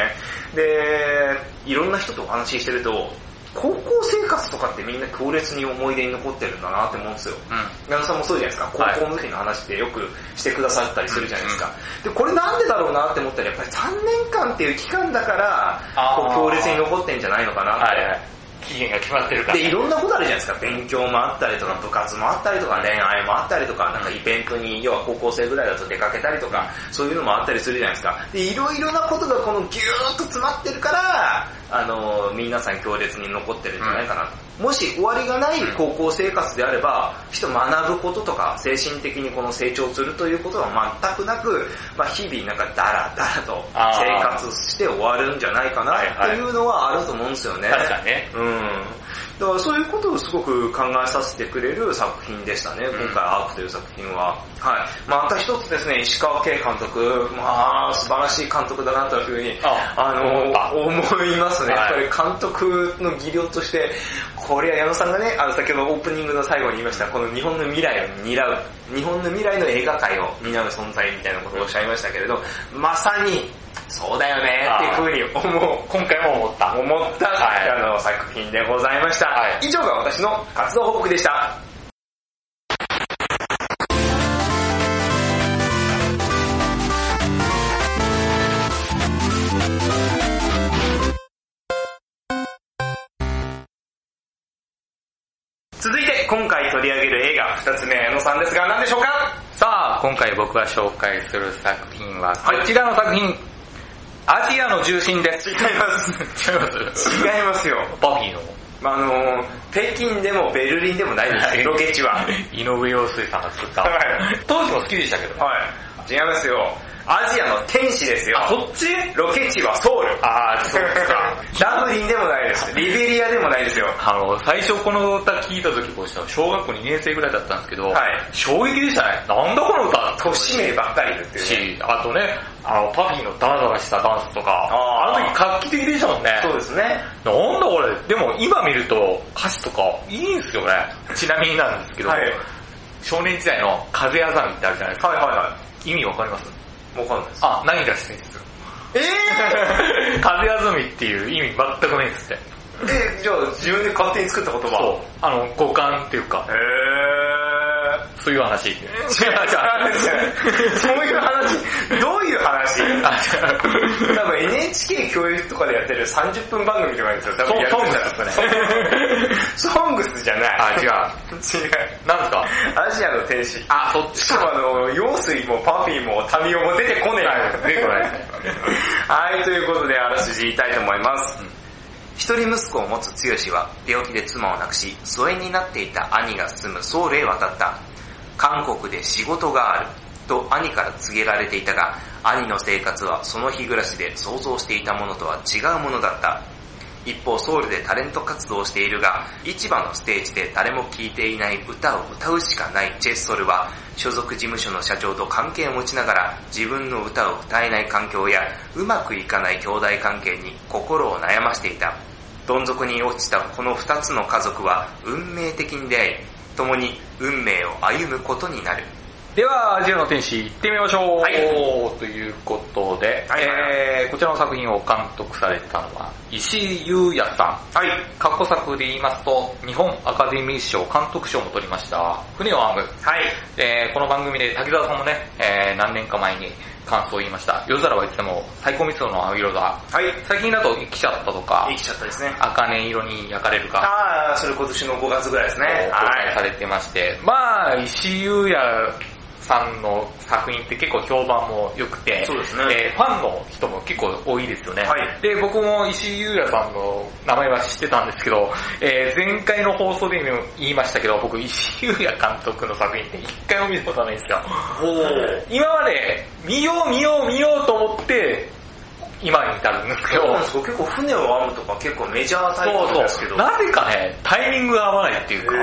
[SPEAKER 3] で、いろんな人とお話ししてると、高校生活とかってみんな強烈に思い出に残ってるんだなって思うんですよ。
[SPEAKER 1] うん。
[SPEAKER 3] 矢野さんもそうじゃないですか
[SPEAKER 1] は、い
[SPEAKER 3] 高校の時の話ってよくしてくださったりするじゃないですか。で、これなんでだろうなって思ったら、やっぱり3年間っていう期間だから、
[SPEAKER 1] あー
[SPEAKER 3] こう強烈に残ってんじゃないのかなっ
[SPEAKER 1] は
[SPEAKER 3] て。
[SPEAKER 1] いはい。期限が決まってるから。
[SPEAKER 3] で、いろんなことあるじゃないですか。勉強もあったりとか、部活もあったりとか、恋愛もあったりとか、なんかイベントに、要は高校生ぐらいだと出かけたりとか、そういうのもあったりするじゃないですか。で、いろいろなことがこのギューッと詰まってるから、あの、皆さん強烈に残ってるんじゃないかなと。もし終わりがない高校生活であれば、人学ぶこととか、精神的にこの成長するということは全くなく、まあ日々なんかダラダラと
[SPEAKER 1] あー
[SPEAKER 3] 生活して終わるんじゃないかなっていうのはあると思うんですよね。
[SPEAKER 1] 確かにね。
[SPEAKER 3] うん。だからそういうことをすごく考えさせてくれる作品でしたね、今
[SPEAKER 1] ん
[SPEAKER 3] 回アークという作品は。はい。まあまた一つですね、石川慶監督、まあ素晴らしい監督だなというふうに、
[SPEAKER 1] あ
[SPEAKER 3] あの
[SPEAKER 1] あ
[SPEAKER 3] 思いますね。やっ
[SPEAKER 1] は
[SPEAKER 3] ぱ
[SPEAKER 1] い
[SPEAKER 3] り監督の技量として、これは矢野さんがね、あの先ほどオープニングの最後に言いました、この日本の未来を担う、日本の未来の映画界を担う存在みたいなことをおっしゃいましたけれど、まさに、そうだよねっていうふうに思う。
[SPEAKER 1] 今回も思った。
[SPEAKER 3] 思った、
[SPEAKER 1] はい
[SPEAKER 3] あの作品でございました、
[SPEAKER 1] はい
[SPEAKER 3] 以上が私の活動報告でした続いて今回取り上げる映画2つ目矢野さんですが何でしょうか
[SPEAKER 1] さあ、今回僕が紹介する作品は、こちらの作品、アジアの重心です。違います。違います。
[SPEAKER 3] 違いますよ、
[SPEAKER 1] バフィーの
[SPEAKER 3] まあ、あの北京でもベルリンでもないですロケ地ははい
[SPEAKER 1] 井上陽水さんが作った
[SPEAKER 3] はい。
[SPEAKER 1] 当時も好きでしたけどね。
[SPEAKER 3] 違いますよアジアの天使ですよ
[SPEAKER 1] そっち
[SPEAKER 3] ロケ地はソウル。
[SPEAKER 1] あー、そうです か。
[SPEAKER 3] ダブリンでもないです。リベリアでもないですよ。
[SPEAKER 1] あの、最初この歌聞いた時こうした小学校2年生ぐらいだったんですけど、
[SPEAKER 3] はい
[SPEAKER 1] 衝撃でしたね。なんだこの歌
[SPEAKER 3] 都市名ばっかり言ってるね。
[SPEAKER 1] し、あとね、あの、パフィーのダラダラしたダンスとか、
[SPEAKER 3] あ
[SPEAKER 1] あ
[SPEAKER 3] ー
[SPEAKER 1] の時画期的でしたもんね。
[SPEAKER 3] そうですね。
[SPEAKER 1] なんだこれ、でも今見ると歌詞とかいいんすよね。ちなみになんですけど、
[SPEAKER 3] はい
[SPEAKER 1] 少年時代の風あざみってあるじゃないですか。
[SPEAKER 3] はいはいは
[SPEAKER 1] 意味わかります
[SPEAKER 3] い。わかんないです。
[SPEAKER 1] あ、何がしてんですよ。
[SPEAKER 3] え
[SPEAKER 1] 風あざみっていう意味全くないんですって。
[SPEAKER 3] ー、で、じゃあ自分で勝手に作った言葉。
[SPEAKER 1] そう。あの、五感っていうか
[SPEAKER 3] へ、ー。
[SPEAKER 1] そういう話。違う
[SPEAKER 3] 違う違う違うそういう話、どうい う話
[SPEAKER 1] あ違う
[SPEAKER 3] 多分 NHK 教育とかでやってる30分番組とかですよ。多分やるんじゃない
[SPEAKER 1] ソングス
[SPEAKER 3] ソングスじゃない。
[SPEAKER 1] あ、違う。
[SPEAKER 3] 違う。
[SPEAKER 1] なんですか
[SPEAKER 3] アジアの天使。
[SPEAKER 1] あ、そっ
[SPEAKER 3] し
[SPEAKER 1] ち
[SPEAKER 3] か
[SPEAKER 1] か。
[SPEAKER 3] もあの、用水もパフィーもタミオも出てこねえ。
[SPEAKER 1] はい出てこないですね
[SPEAKER 3] はい、ということで、あらすじ言いたいと思います。一人息子を持つ剛は病気で妻を亡くし、疎遠になっていた兄が住むソウルへ渡った。韓国で仕事があると兄から告げられていたが、兄の生活はその日暮らしで想像していたものとは違うものだった。一方ソウルでタレント活動をしているが、市場のステージで誰も聴いていない歌を歌うしかないジェッソルは、所属事務所の社長と関係を持ちながら、自分の歌を歌えない環境や、うまくいかない兄弟関係に心を悩ましていた。どん底に落ちたこの二つの家族は運命的に出会い、共に運命を歩むことになる。
[SPEAKER 1] では、ジロの天使行ってみましょう、
[SPEAKER 3] はい
[SPEAKER 1] ということで、
[SPEAKER 3] はいはいはい
[SPEAKER 1] えーこちらの作品を監督されたのは、石井優也さん。
[SPEAKER 3] はい。
[SPEAKER 1] 過去作で言いますと、日本アカデミー賞監督賞も取りました、船を編む。
[SPEAKER 3] はい。
[SPEAKER 1] えーこの番組で滝沢さんもね、えー何年か前に感想を言いました。夜空はいつでも最高密度の青色だ。
[SPEAKER 3] はい。
[SPEAKER 1] 最近だと生きちゃったとか
[SPEAKER 3] 生、きちゃったですね。
[SPEAKER 1] 茜色に焼かれるか、
[SPEAKER 3] ああ、それ今年の5月ぐらいですね。
[SPEAKER 1] ね、公開さ
[SPEAKER 3] はい。
[SPEAKER 1] れてまして、まあ、石井優也さんの作品って結構評判も良くて、
[SPEAKER 3] そうですね
[SPEAKER 1] えーファンの人も結構多いですよね。
[SPEAKER 3] はい
[SPEAKER 1] で、僕も石井優也さんの名前は知ってたんですけど、えー前回の放送でも言いましたけど、僕石井優也監督の作品って一回も見たことないんですよ。
[SPEAKER 3] ほう。
[SPEAKER 1] 今まで見よう見よう見ようと思って、今に至るんですけど、
[SPEAKER 3] そうなんですよ結構船を編むとか結構メジャータイトルですけど。
[SPEAKER 1] なぜかね、タイミングが合わないっていうか、
[SPEAKER 3] へ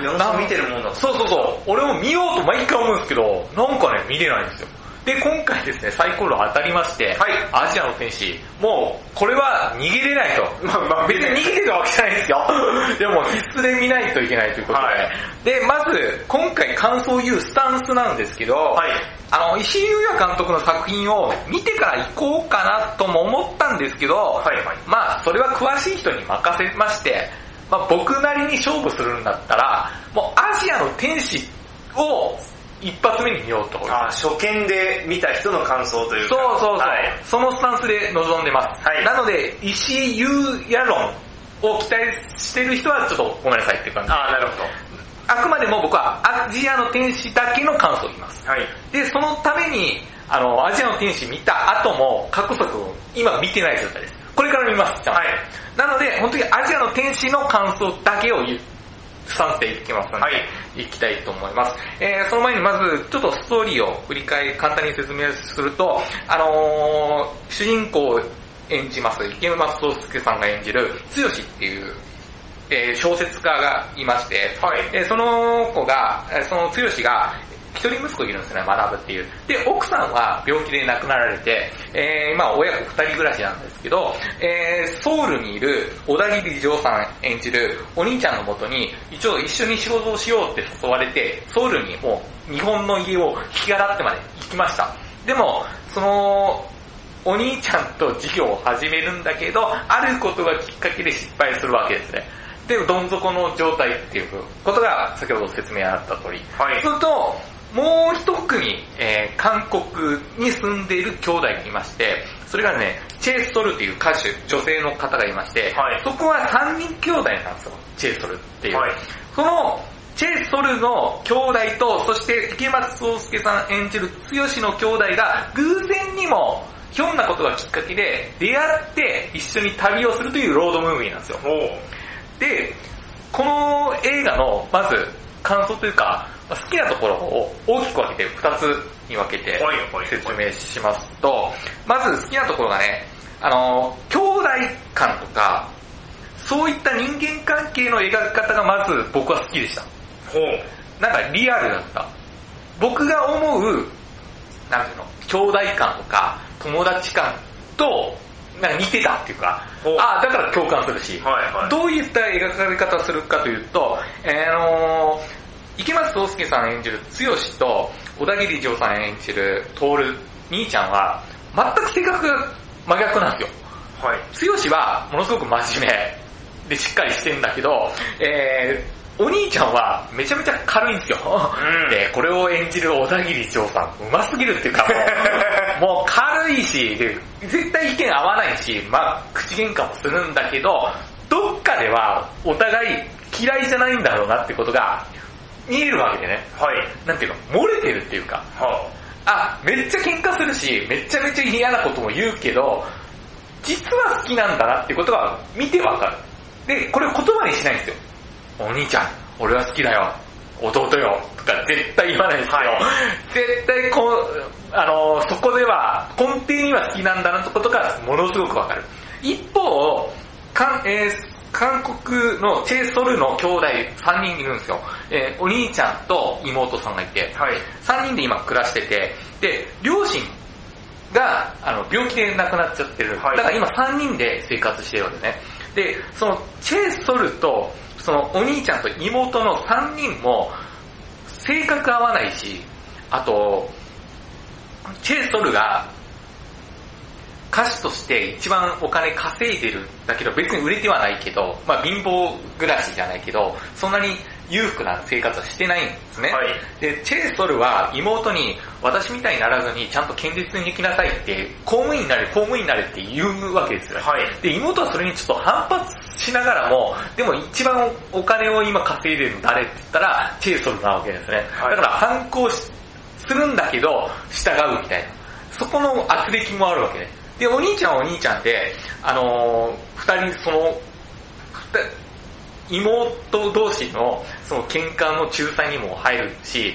[SPEAKER 3] ー、矢野さん見てるもんだ
[SPEAKER 1] そうそうそう。俺も見ようと毎回思うんですけど、なんかね、見れないんですよ。で、今回ですね、サイコロ当たりまして、
[SPEAKER 3] はい
[SPEAKER 1] アジアの天使、もう、これは逃げれないと。
[SPEAKER 3] まあまあ
[SPEAKER 1] 別に逃げてたわけじゃないんですよ。 でも、必須で見ないといけないということで。
[SPEAKER 3] はい
[SPEAKER 1] で、まず、今回感想を言うスタンスなんですけど、
[SPEAKER 3] はい。
[SPEAKER 1] あの、石井優也監督の作品を見てから行こうかなとも思ったんですけど、
[SPEAKER 3] はいはい。
[SPEAKER 1] まあ、それは詳しい人に任せまして、まあ、僕なりに勝負するんだったら、もうアジアの天使を一発目に見ようと。
[SPEAKER 3] あ初見で見た人の感想というか。
[SPEAKER 1] そうそうそう、
[SPEAKER 3] はい。
[SPEAKER 1] そのスタンスで臨んでます。
[SPEAKER 3] はい
[SPEAKER 1] なので、石井優也論を期待してる人はちょっとごめんなさいっていう感じ。
[SPEAKER 3] ああ、なるほど。
[SPEAKER 1] あくまでも僕はアジアの天使だけの感想を言います。
[SPEAKER 3] はい。
[SPEAKER 1] で、そのために、あの、アジアの天使見た後も、過去作を今見てない状態です。これから見ます。
[SPEAKER 3] はい。
[SPEAKER 1] なので、本当にアジアの天使の感想だけを言う、スタンスでいきますので、
[SPEAKER 3] はい
[SPEAKER 1] い、きたいと思います。えー、その前にまず、ちょっとストーリーを振り返り、簡単に説明すると、あのー、主人公を演じます、池松壮介さんが演じる、剛っていう、えー小説家がいまして、
[SPEAKER 3] はい
[SPEAKER 1] えーその子が、えーその剛が、一人息子いるんですね、学ぶっていう。で、奥さんは病気で亡くなられて、えー、まあ親子二人暮らしなんですけど、えー、ソウルにいる小田切丈さん演じるお兄ちゃんのもとに、一応一緒に仕事をしようって誘われて、ソウルにもう日本の家を引き払ってまで行きました。でも、その、お兄ちゃんと授業を始めるんだけど、あることがきっかけで失敗するわけですね。で、どん底の状態っていうことが先ほど説明あった通り。
[SPEAKER 3] はい
[SPEAKER 1] そ。れと、もう一組、えー韓国に住んでいる兄弟がいまして、それがね、チェイストルという歌手、女性の方がいまして、
[SPEAKER 3] はい
[SPEAKER 1] そこは三人兄弟なんですよ、チェイストルっていう。
[SPEAKER 3] はい。
[SPEAKER 1] その、チェ・ソルの兄弟と、そして池松壮介さん演じる剛の兄弟が、偶然にも、ひょんなことがきっかけで、出会って一緒に旅をするというロードムービーなんですよ。
[SPEAKER 3] おー
[SPEAKER 1] で、この映画の、まず、感想というか、まあ好きなところを大きく分けて、二つに分けて、
[SPEAKER 3] はいはい。
[SPEAKER 1] 説明しますと、まず好きなところがね、あの、兄弟感とか、そういった人間関係の描き方がまず僕は好きでした。
[SPEAKER 3] ほう。
[SPEAKER 1] なんかリアルだった。僕が思う、なんていうの、兄弟感とか、友達感と、なんか似てたっていうか
[SPEAKER 3] ほう、
[SPEAKER 1] ああ、だから共感するし、
[SPEAKER 3] はいはい。
[SPEAKER 1] どういった描かれ方するかというと、えーあのー池松壮亮さん演じる剛と小田切丈さん演じる徹兄ちゃんは全く性格が真逆なんですよ。
[SPEAKER 3] はい。
[SPEAKER 1] 剛はものすごく真面目でしっかりしてんだけど、えーお兄ちゃんはめちゃめちゃ軽いんですよ。
[SPEAKER 3] うん
[SPEAKER 1] で、これを演じる小田切丈さん、うますぎるっていう かもう、もう軽いし、で絶対意見合わないし、まあ口喧嘩もするんだけど、どっかではお互い嫌いじゃないんだろうなってことが見えるわけでね。
[SPEAKER 3] はい。
[SPEAKER 1] なんていうの、漏れてるっていうか、
[SPEAKER 3] は
[SPEAKER 1] あ、めっちゃ喧嘩するし、めちゃめちゃ嫌なことも言うけど、実は好きなんだなってことが見てわかる。で、これ言葉にしないんですよ。お兄ちゃん、俺は好きだよ。弟よ。とか絶対言わないですよ。
[SPEAKER 3] はい
[SPEAKER 1] 絶対こう、あの、そこでは根底には好きなんだなってことがものすごくわかる。一方、韓えー韓国のチェ・ソルの兄弟3人いるんですよ。えーお兄ちゃんと妹さんがいて、
[SPEAKER 3] はい。
[SPEAKER 1] 3人で今暮らしてて、で、両親があの病気で亡くなっちゃってる。
[SPEAKER 3] はい
[SPEAKER 1] だから今3人で生活してるわけね。で、そのチェ・ソルと、そのお兄ちゃんと妹の3人も性格合わないし、あと、チェ・ソルが歌手として一番お金稼いでるだけど別に売れてはないけど、まあ貧乏暮らしじゃないけど、そんなに裕福な生活はしてないんですね。
[SPEAKER 3] はい
[SPEAKER 1] で、チェ・ソルは妹に私みたいにならずにちゃんと堅実に生きなさいって、公務員になれ、公務員になれって言うわけですよ。
[SPEAKER 3] はい。
[SPEAKER 1] で、妹はそれにちょっと反発しながらも、でも一番お金を今稼いでるの誰って言ったら、チェイソルなわけですね。
[SPEAKER 3] は
[SPEAKER 1] だ
[SPEAKER 3] い
[SPEAKER 1] から反抗しするんだけど、従うみたいな。そこの圧力もあるわけね。で、お兄ちゃんはお兄ちゃんで、あのー二人その、ふた妹同士のその喧嘩の仲裁にも入るし、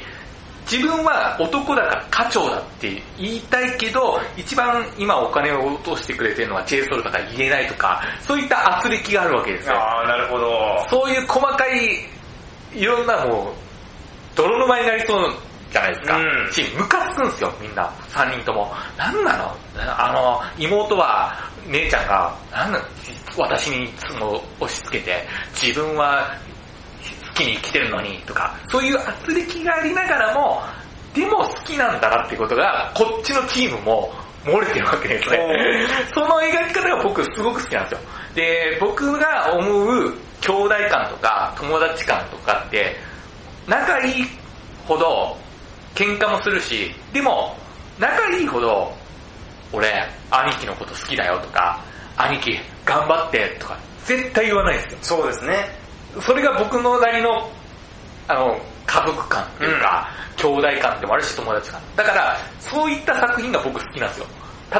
[SPEAKER 1] 自分は男だから家長だって言いたいけど、一番今お金を落としてくれてるのはチェイソルだから言えないとか、そういった圧力があるわけですよ。
[SPEAKER 3] ああ、なるほど。
[SPEAKER 1] そういう細かい、いろんなもう、泥沼になりそうじゃないですか。
[SPEAKER 3] うん
[SPEAKER 1] し、ムカつくんですよ、みんな。三人とも。なんなのあの、妹は、姉ちゃんが、なんなの私にいつも押し付けて、自分は好きに生きてるのに、とか、そういう圧力がありながらも、でも好きなんだなってことが、こっちのチームも漏れてるわけですね
[SPEAKER 3] おー。
[SPEAKER 1] その描き方が僕すごく好きなんですよ。で、僕が思う兄弟感とか友達感とかって、仲いいほど喧嘩もするし、でも仲いいほど俺、兄貴のこと好きだよとか、兄貴頑張ってとか絶対言わないんですよ。
[SPEAKER 3] そうですね。
[SPEAKER 1] それが僕のなりの、あの、家族感っていうか、兄弟感でもあるし友達感。だから、そういった作品が僕好きなんですよ。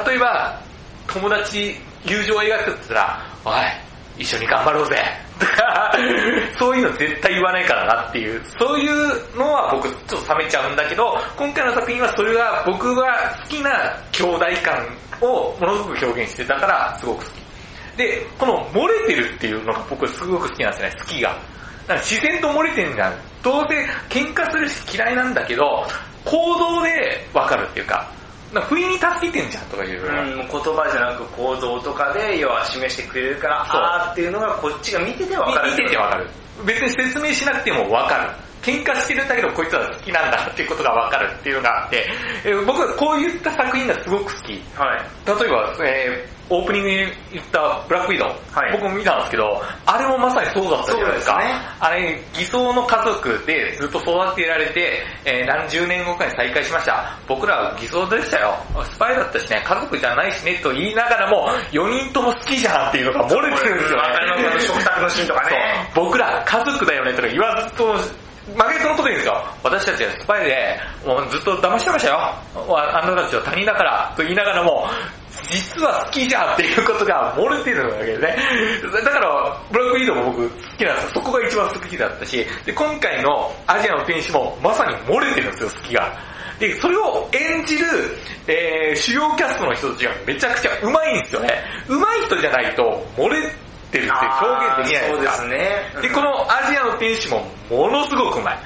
[SPEAKER 1] 例えば、友達、友情を描くって言ったら、おい、一緒に頑張ろうぜとか、 そういうの絶対言わないからなっていう、そういうのは僕ちょっと冷めちゃうんだけど、今回の作品はそれが僕が好きな兄弟感をものすごく表現してたから、すごく好き。で、この漏れてるっていうのが僕すごく好きなんですね、好きが。だから自然と漏れてるんじゃん。どうせ喧嘩するし嫌いなんだけど、行動でわかるっていうか、なんか不意に助けてんじゃんとかいう。
[SPEAKER 3] うん、言葉じゃなく行動とかで、要は示してくれるから、
[SPEAKER 1] そう
[SPEAKER 3] あーっていうのがこっちが見ててわかる。
[SPEAKER 1] 見ててわかる。別に説明しなくてもわかる。喧嘩してるんだけどこいつは好きなんだっていうことがわかるっていうのがあって、えー僕はこういった作品がすごく好き。
[SPEAKER 3] はい。
[SPEAKER 1] 例えば、えーオープニングに言ったブラックウィドウ、
[SPEAKER 3] はい
[SPEAKER 1] 僕も見たんですけど、あれもまさにそうだったじゃないですか。
[SPEAKER 3] そうですね
[SPEAKER 1] あれ、偽装の家族でずっと育てられて、えー何十年後かに再会しました。僕らは偽装でしたよ。スパイだったしね、家族じゃないしねと言いながらも、4人とも好きじゃんっていうのが漏れてるんですよ、ね。
[SPEAKER 3] わかります食卓のシーンとかね。
[SPEAKER 1] そう僕ら家族だよねとか言わずと、負けそのことでいいんですよ。私たちはスパイで、もうずっと騙してましたよ。ああなたたちは他人だから、と言いながらも、実は好きじゃんっていうことが漏れてるわけですね。だから、ブラックウィードウも僕好きなんですよ。そこが一番好きだったし、で、今回のアジアの天使もまさに漏れてるんですよ、好きが。で、それを演じる、えー、主要キャストの人たちがめちゃくちゃ上手いんですよね。上手い人じゃないと漏れてるって表現できないで
[SPEAKER 3] そう
[SPEAKER 1] す
[SPEAKER 3] で
[SPEAKER 1] か。
[SPEAKER 3] すね。
[SPEAKER 1] で、このアジアの天使もものすごくうまい。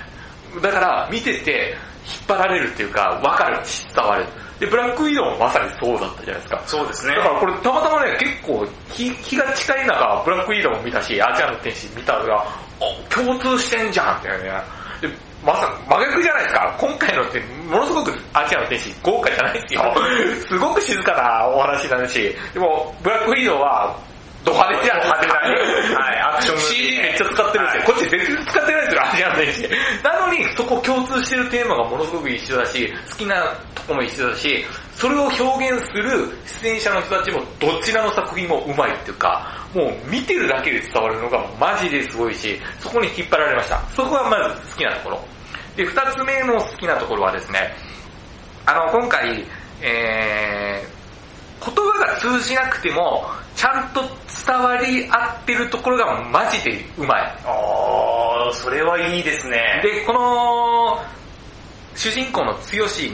[SPEAKER 1] だから、見てて、引っ張られるっていうか、わかる、伝わる。で、ブラックウィドウもまさにそうだったじゃないですか。
[SPEAKER 3] そうですね。
[SPEAKER 1] だからこれたまたまね、結構日、日が近い中、ブラックウィードウも見たし、アジアの天使見たら、お共通してんじゃんってね。で、まさに真逆じゃないですか。今回のって、ものすごくアジアの天使豪華じゃないですよ。 すごく静かなお話だし、でも、ブラックウィードウは、ド派手じゃん。
[SPEAKER 3] 派手だねはいアクションムービー
[SPEAKER 1] CD めっちゃ使ってるんですよ。
[SPEAKER 3] はい
[SPEAKER 1] こっち全然使ってないですよ、アジアの天使。なのに、そこ共通してるテーマがものすごく一緒だし、好きなとこも一緒だし、それを表現する出演者の人たちもどちらの作品もうまいっていうか、もう見てるだけで伝わるのがマジですごいし、そこに引っ張られました。そこがまず好きなところ。で、二つ目の好きなところはですね、あの、今回、えー、言葉が通じなくても、ちゃんと伝わり合ってるところがマジでうまい。
[SPEAKER 3] あー、それはいいですね。
[SPEAKER 1] で、この、主人公の剛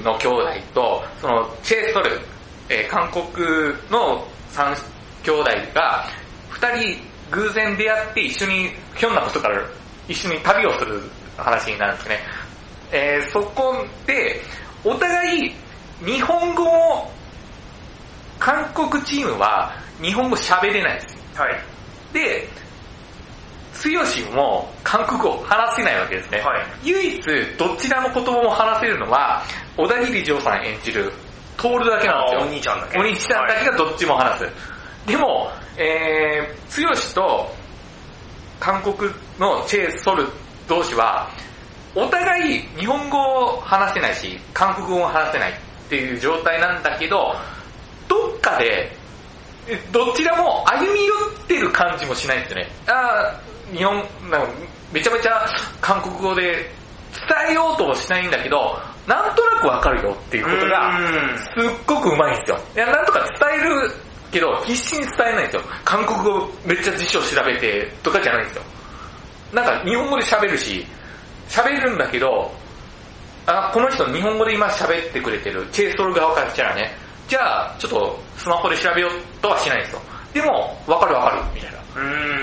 [SPEAKER 1] の兄弟と、その、チェ・ソル、えー韓国の三兄弟が、二人偶然出会って一緒に、ひょんなことから一緒に旅をする話になるんですね。えーそこで、お互い、日本語を、韓国チームは日本語喋れないんです。
[SPEAKER 3] はい。
[SPEAKER 1] で、剛剛も韓国語を話せないわけですね。
[SPEAKER 3] はい
[SPEAKER 1] 唯一、どちらの言葉も話せるのは、小田切丈さん演じる、トールだけなんですよ。
[SPEAKER 3] あーお兄ちゃんだけ
[SPEAKER 1] お兄ちゃんだけがどっちも話す。でも、えー、剛と、韓国のチェ・ソル同士は、お互い日本語を話せないし、韓国語も話せないっていう状態なんだけど、どっかで、えどちらも歩み寄ってる感じもしないんですよね。あー日本、なんかめちゃめちゃ韓国語で伝えようともしないんだけど、なんとなくわかるよっていうことが、
[SPEAKER 3] うん
[SPEAKER 1] すっごくうまいんですよ。いや、なんとか伝えるけど、必死に伝えないんですよ。韓国語めっちゃ辞書調べてとかじゃないんですよ。なんか日本語で喋るし、喋るんだけど、あ、この人日本語で今喋ってくれてる、チェイストル側からしたらね、じゃあちょっとスマホで調べようとはしないんですよ。でも、わかるわかる、みたいな。
[SPEAKER 3] うん。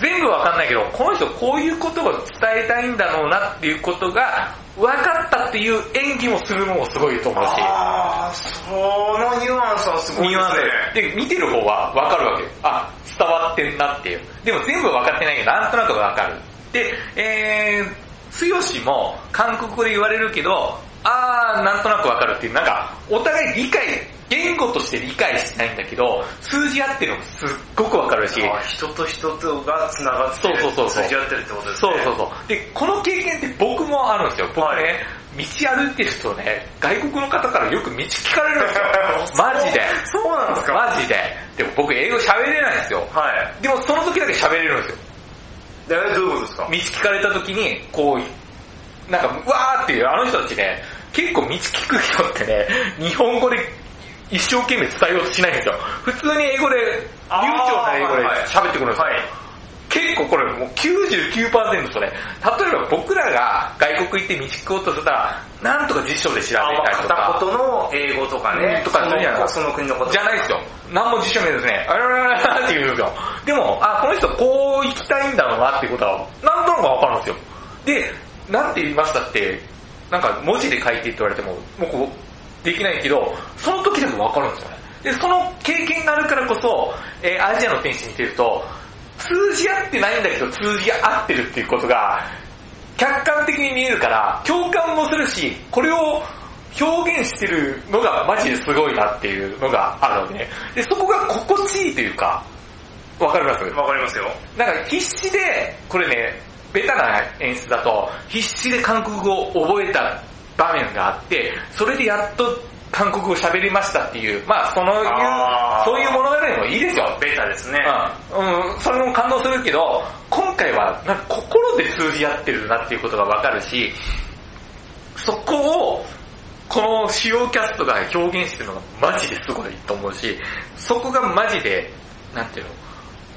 [SPEAKER 1] 全部わかんないけど、この人こういうことを伝えたいんだろうなっていうことが、分かったっていう演技もするのもすごいと思うし。
[SPEAKER 3] あー、そのニュアンスはすごい
[SPEAKER 1] 見ます
[SPEAKER 3] ね。
[SPEAKER 1] で、見てる方は分かるわけよ。あ、伝わってんなっていう。でも全部分かってないけど、なんとなく分かる。で、えー、剛も韓国語で言われるけど、あー、なんとなく分かるっていう、なんか、お互い理解、言語として理解してないんだけど、数字合ってるのもすっごく分かるし、
[SPEAKER 3] あ人と人とが繋がって、
[SPEAKER 1] そうそうそうそう
[SPEAKER 3] 通じ合ってるってことです
[SPEAKER 1] そ
[SPEAKER 3] ね。
[SPEAKER 1] うそうそう。で、この経験って僕もあるんですよ。僕ね、
[SPEAKER 3] はい。
[SPEAKER 1] 道歩いてるとね、外国の方からよく道聞かれるんですよ マジで。
[SPEAKER 3] そうなんですか
[SPEAKER 1] マジで。でも僕英語喋れないんですよ。
[SPEAKER 3] はい。
[SPEAKER 1] でもその時だけ喋れるんですよ。
[SPEAKER 3] で、どういうことですか
[SPEAKER 1] 道聞かれた時に、こう、なんか、うわーっていう、あの人たちね、結構道聞く人ってね、日本語で一生懸命伝えようとしないんですよ。普通に英語で、流暢な英語で喋ってくるんですよ。
[SPEAKER 3] はい。
[SPEAKER 1] 結構これもう99%ですよね。例えば僕らが外国行って道聞こうとしたら、なんとか辞書で調べ
[SPEAKER 3] あ、ま
[SPEAKER 1] たりと
[SPEAKER 3] あ、片
[SPEAKER 1] か、
[SPEAKER 3] 言の英語とかね
[SPEAKER 1] う、んとかそういうのやな
[SPEAKER 3] そのその国のこと。
[SPEAKER 1] じゃないですよ。何も辞書名ですね、あららららって言うんですよ。でも、あ、この人こう行きたいんだろうなっていうことは、なんとなくわかるんですよ。で、なんて言いましたって、なんか文字で書いてって言われても、もうこう、できないけど、その時でもわかるんですよね。で、その経験があるからこそ、えーアジアの天使見てると、通じ合ってないんだけど通じ合ってるっていうことが、客観的に見えるから、共感もするし、これを表現してるのがマジですごいなっていうのがあるわけね。で、そこが心地いいというか、わかります
[SPEAKER 3] わかりますよ。
[SPEAKER 1] なんか必死で、これね、ベタな演出だと、必死で韓国語を覚えた場面があって、それでやっと韓国語喋りましたっていう、まあその
[SPEAKER 3] あー
[SPEAKER 1] そういう物語でもいいですよ。
[SPEAKER 3] ベタですね。
[SPEAKER 1] うん、うんそれも感動するけど、今回はなんか心で通じ合ってるなっていうことがわかるし、そこを、この主要キャストが表現してるのがマジですごいと思うし、そこがマジで、なんていうの、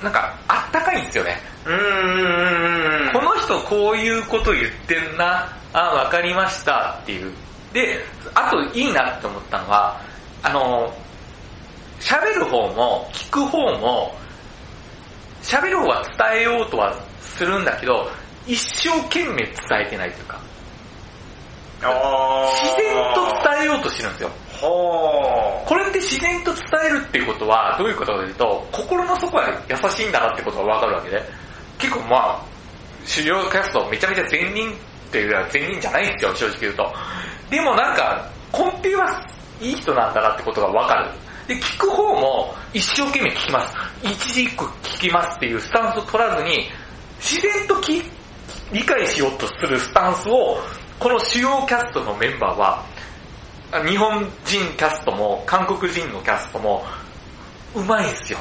[SPEAKER 1] なんかあったかいんですよね。
[SPEAKER 3] うーん。
[SPEAKER 1] この人こういうこと言ってんな、あ、わかりましたっていう。で、あといいなって思ったのは、あの、喋る方も聞く方も、喋る方は伝えようとはするんだけど、一生懸命伝えてないというか、
[SPEAKER 3] あー
[SPEAKER 1] 自然と伝えようとしてるんですよ。
[SPEAKER 3] ほ
[SPEAKER 1] これって自然と伝えるっていうことは、どういうことかというと、心の底は優しいんだなってことがわかるわけで。結構まあ、主要キャストめちゃめちゃ善人っていうよりは善人じゃないんですよ、正直言うと。でもなんか、根底はいい人なんだなってことがわかる。で、聞く方も一生懸命聞きます。一字一句聞きますっていうスタンスを取らずに、自然とき理解しようとするスタンスを、この主要キャストのメンバーは、日本人キャストも韓国人のキャストもうまいんすよ。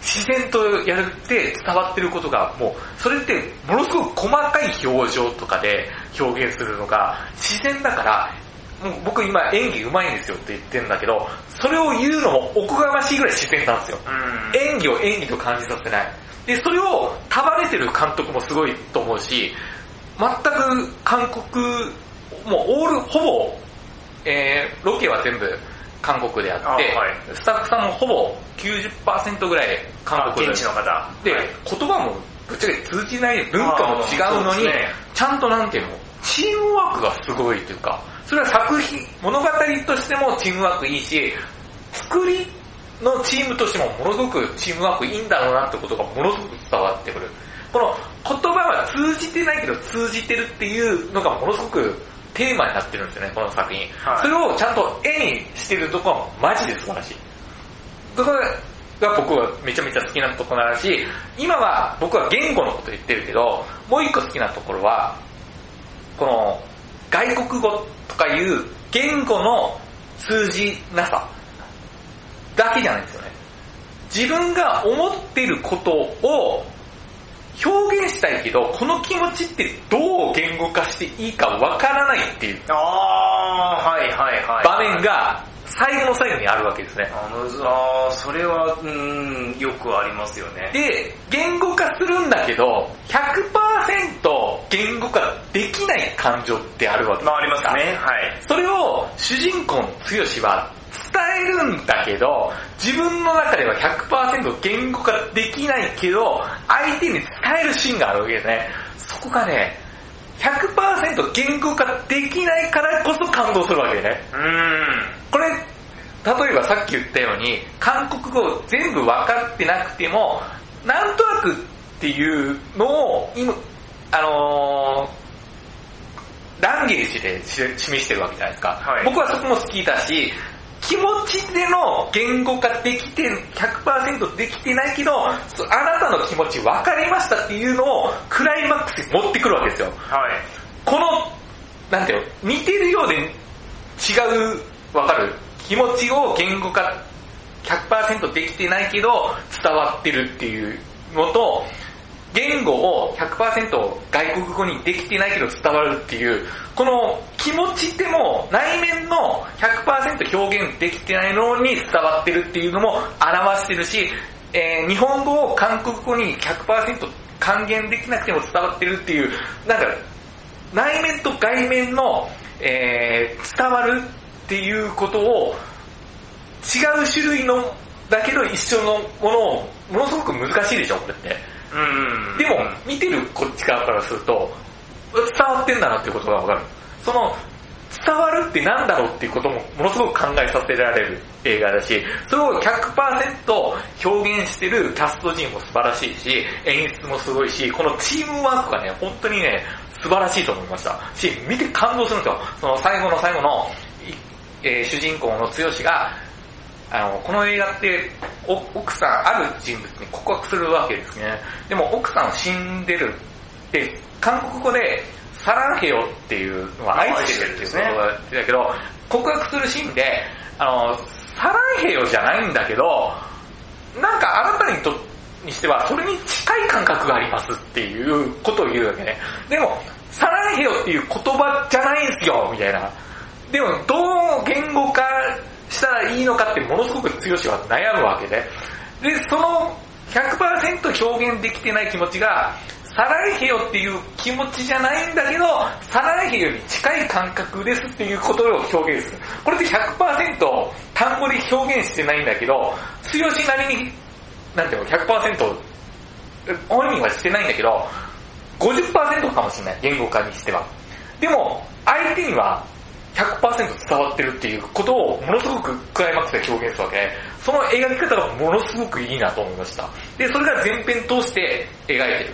[SPEAKER 1] 自然とやるって伝わってることがもう、それってものすごく細かい表情とかで表現するのが自然だから、もう僕今演技うまいんですよって言ってるんだけど、それを言うのもおこがましいぐらい自然なんですよ。
[SPEAKER 3] う。うん。
[SPEAKER 1] 演技を演技と感じさせない。で、それを束ねてる監督もすごいと思うし、全く韓国、もうオール、ほぼ、えー、ロケは全部韓国であって、
[SPEAKER 3] あはい
[SPEAKER 1] スタッフさんもほぼ90%ぐらい韓
[SPEAKER 3] あ
[SPEAKER 1] 国
[SPEAKER 3] 現地の方。
[SPEAKER 1] で、
[SPEAKER 3] はい
[SPEAKER 1] 言葉もぶっちゃけ通じない文化も違うの
[SPEAKER 3] あーそう
[SPEAKER 1] に、
[SPEAKER 3] ですね
[SPEAKER 1] ちゃんとなんていうの、チームワークがすごいというか、それは作品、物語としてもチームワークいいし、作りのチームとしてもものすごくチームワークいいんだろうなってことがものすごく伝わってくる。この言葉は通じてないけど通じてるっていうのがものすごくテーマになってるんですよね、この作品。
[SPEAKER 3] はい
[SPEAKER 1] それをちゃんと絵にしてるところはマジで素晴らしい。そこが僕はめちゃめちゃ好きなところだし、今は僕は言語のこと言ってるけど、もう一個好きなところは、この外国語とかいう言語の通じなさだけじゃないんですよね。自分が思ってることを表現したいけど、この気持ちってどう言語化していいかわからないっていう
[SPEAKER 3] あー、はいはいはい。
[SPEAKER 1] 場面が最後の最後にあるわけですね。
[SPEAKER 3] あの、あー、それは、うん、よくありますよね。
[SPEAKER 1] で、言語化するんだけど、100%言語化できない感情ってあるわけです
[SPEAKER 3] まあありますね、はい。
[SPEAKER 1] それを主人公の剛は伝えるんだけど、自分の中では100%言語化できないけど、相手に伝えるシーンがあるわけですね。そこがね、100%言語化できないからこそ感動するわけね。
[SPEAKER 3] うーん。
[SPEAKER 1] これ、例えばさっき言ったように、韓国語全部分かってなくても、なんとなくっていうのを、今、あのーランゲージでし示してるわけじゃないですか。
[SPEAKER 3] はい
[SPEAKER 1] 僕はそこも好きだし、気持ちでの言語化できて、100%できてないけど、そあなたの気持ち分かりましたっていうのをクライマックスに持ってくるわけですよ。
[SPEAKER 3] はい。
[SPEAKER 1] この、なんていうの、似てるようで違う、わかる気持ちを言語化100%できてないけど伝わってるっていうのと、言語を100%外国語にできてないけど伝わるっていう、この気持ちでも内面の100%表現できてないのに伝わってるっていうのも表してるし、えー日本語を韓国語に100%還元できなくても伝わってるっていう、なんか内面と外面の、えー伝わるっていうことを違う種類のだけど一緒のものをものすごく難しいでしょこれって
[SPEAKER 3] うん。
[SPEAKER 1] でも見てるこっち側からすると伝わってんだなっていうことがわかるその伝わるってなんだろうっていうこともものすごく考えさせられる映画だしそれを100%表現してるキャスト陣も素晴らしいし演出もすごいしこのチームワークがね本当にね素晴らしいと思いましたし見て感動するんですよその最後の最後の、いえー主人公の剛があの、この映画って、お奥さん、ある人物に告白するわけですね。でも奥さん死んでるって、韓国語で、サランヘヨっていうのは愛してるっていうことだけど、告白するシーンで、あの、サランヘヨじゃないんだけど、なんかあなたにとにしては、それに近い感覚がありますっていうことを言うわけね。でも、サランヘヨっていう言葉じゃないんすよ、みたいな。でも、どう言語化したらいいのかってものすごく強は悩むわけで。で、その100%表現できてない気持ちが、サランヘヨっていう気持ちじゃないんだけど、サランヘヨに近い感覚ですっていうことを表現する。これって100%単語で表現してないんだけど、強しなりに、なんていうの、100%本人はしてないんだけど、50%かもしれない、言語化にしては。でも、相手には100%伝わってるっていうことをものすごくクライマックスで表現するわけで、その描き方がものすごくいいなと思いました。で、それが前編通して描いてる。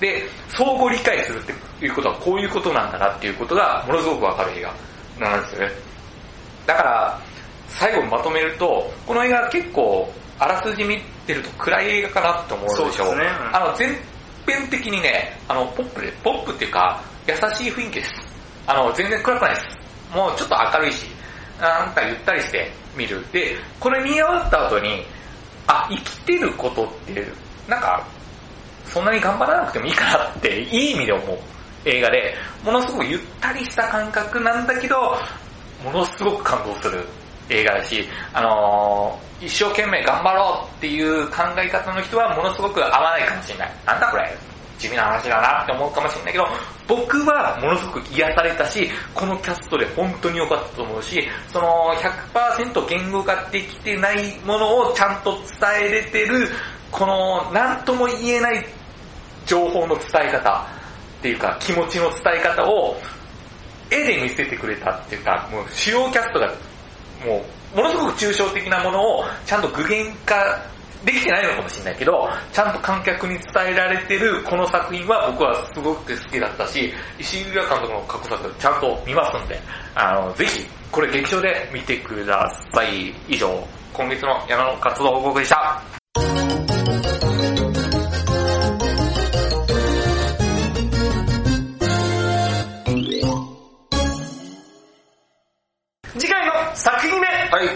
[SPEAKER 1] で、相互理解するっていうことはこういうことなんだなっていうことがものすごくわかる映画なんですよね。だから、最後まとめると、この映画結構、あらすじ見てると暗い映画かなって思うでしょ。
[SPEAKER 3] そうですねうん
[SPEAKER 1] あの、全編的にね、あの、ポップで、ポップっていうか、優しい雰囲気です。あの、全然暗くないです。もうちょっと明るいし、なんかゆったりして見る。で、これ見終わった後に、あ、生きてることって、なんか、そんなに頑張らなくてもいいかなって、いい意味で思う映画で、ものすごくゆったりした感覚なんだけど、ものすごく感動する映画だし、あのー一生懸命頑張ろうっていう考え方の人はものすごく合わないかもしれない。なんだこれ地味な話だなって思うかもしれないけど、僕はものすごく癒されたし、このキャストで本当に良かったと思うし、その100%言語化できてないものをちゃんと伝えれてる、この何とも言えない情報の伝え方っていうか気持ちの伝え方を絵で見せてくれたっていうか、もう主要キャストがもうものすごく抽象的なものをちゃんと具現化できてないのかもしれないけど、ちゃんと観客に伝えられてるこの作品は僕はすごく好きだったし、石井浦監督の過去作ちゃんと見ますんで、あの、ぜひ、これ劇場で見てください。以上、今月の矢野の活動報告でした。
[SPEAKER 3] 次回の作品目
[SPEAKER 1] はい。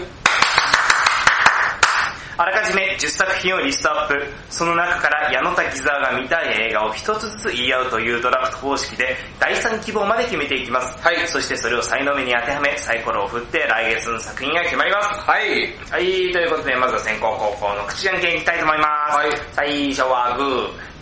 [SPEAKER 3] あらかじめ10作品をリストアップその中から矢野滝沢が見たい映画を一つずつ言い合うというドラフト方式で第3希望まで決めていきます、
[SPEAKER 1] はい
[SPEAKER 3] そしてそれを才能目に当てはめサイコロを振って来月の作品が決まります
[SPEAKER 1] はい。
[SPEAKER 3] はい、ということで、まずは先行後攻の口じゃんけんいきたいと思います。最初はグ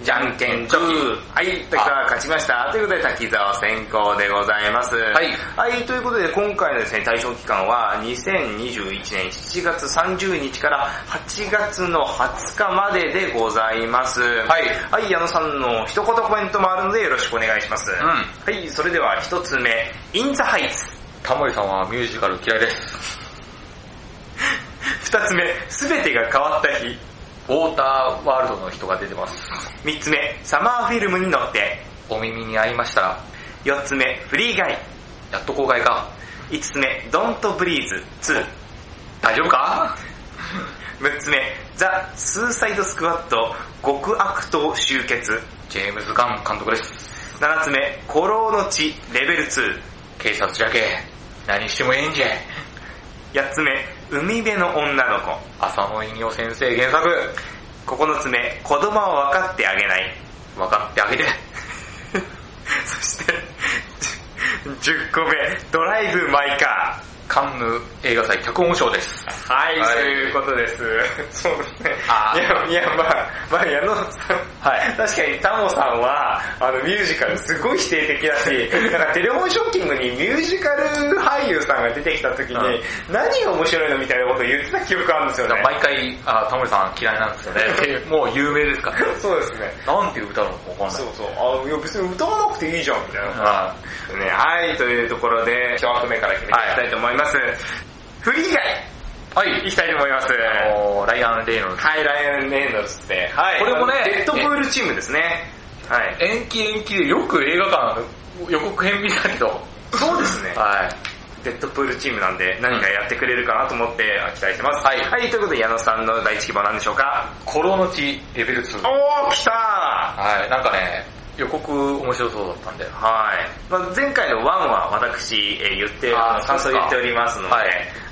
[SPEAKER 3] ー、じゃんけんチョキ。はい、滝沢が勝ちました。ということで、滝沢先行でございます。はいはい、ということで、今回のですね、対象期間は、2021年7月30日から8月の20日まででございます。はいはい、矢野さんの一言コメントもあるので、よろしくお願いします。
[SPEAKER 1] ん
[SPEAKER 3] はい、それでは一つ目、インザハイツ。
[SPEAKER 1] タモリさんはミュージカル嫌いです。
[SPEAKER 3] 二つ目、すべてが変わった日。
[SPEAKER 1] ウォーターワールドの人が出てます。
[SPEAKER 3] 3つ目、サマーフィルムに乗って。
[SPEAKER 1] お耳に合いましたら、
[SPEAKER 3] 4つ目、フリーガイ。
[SPEAKER 1] やっと公開か。
[SPEAKER 3] 5つ目、ドントブリーズ2。
[SPEAKER 1] 大丈夫か
[SPEAKER 3] 6つ目、ザ・スーサイドスクワット極悪党集結。
[SPEAKER 1] ジェームズ・ガン監督です。
[SPEAKER 3] 7つ目、古老の地レベル2。
[SPEAKER 1] 警察じゃけ。何してもええんじゃ。
[SPEAKER 3] 8つ目、海辺の女の子。
[SPEAKER 1] 浅野稲夫先生原作。
[SPEAKER 3] 9つ目、子供は分かってあげない。
[SPEAKER 1] 分かってあげて。
[SPEAKER 3] そして、10個目、ドライブ・マイ・カー。
[SPEAKER 1] カンヌ映画祭脚本賞です。
[SPEAKER 3] はい、
[SPEAKER 1] はい
[SPEAKER 3] ということです。 そうですね。
[SPEAKER 1] あ
[SPEAKER 3] い
[SPEAKER 1] ー
[SPEAKER 3] や、いや、まあ、まあ、矢野さん、
[SPEAKER 1] はい
[SPEAKER 3] 確かにタモさんは、あの、ミュージカルすごい否定的 だし、なんかテレフォンショッキングにミュージカル俳優さんが出てきた時に、
[SPEAKER 1] うん
[SPEAKER 3] 何が面白いのみたいなことを言ってた記憶あるんですよね。
[SPEAKER 1] 毎回、あタモリさん嫌いなんですよね。でもう有名ですから。
[SPEAKER 3] そうですね。
[SPEAKER 1] なんていう歌なのかわかんない
[SPEAKER 3] そう。そう。あ、いや、別に歌わなくていいじゃん、みたいな。
[SPEAKER 1] あ
[SPEAKER 3] ね、はい、というところで、1枠目から決めていきたいと思います。フリー以
[SPEAKER 1] はい。
[SPEAKER 3] 外、いきたいと思います。
[SPEAKER 1] あのライアン・レイノルズ。
[SPEAKER 3] はい、ライアン・レイノルズって。はい
[SPEAKER 1] これもね
[SPEAKER 3] デッドプールチームですね。はい。
[SPEAKER 1] 延期延期でよく映画館予告編見たけど。
[SPEAKER 3] そうですね。
[SPEAKER 1] はい。
[SPEAKER 3] デッドプールチームなんで何かやってくれるかなと思って期待してます。
[SPEAKER 1] はい
[SPEAKER 3] はい、ということで矢野さんの第一希望なんでしょうか
[SPEAKER 1] コロの地レベル2。
[SPEAKER 3] おー、来た
[SPEAKER 1] はい。なんかね、予告面白そうだったんで。
[SPEAKER 3] ーはい。まあ、前回の1は私、えー言って、
[SPEAKER 1] あー
[SPEAKER 3] 感想を言っておりますので、は
[SPEAKER 1] はいい、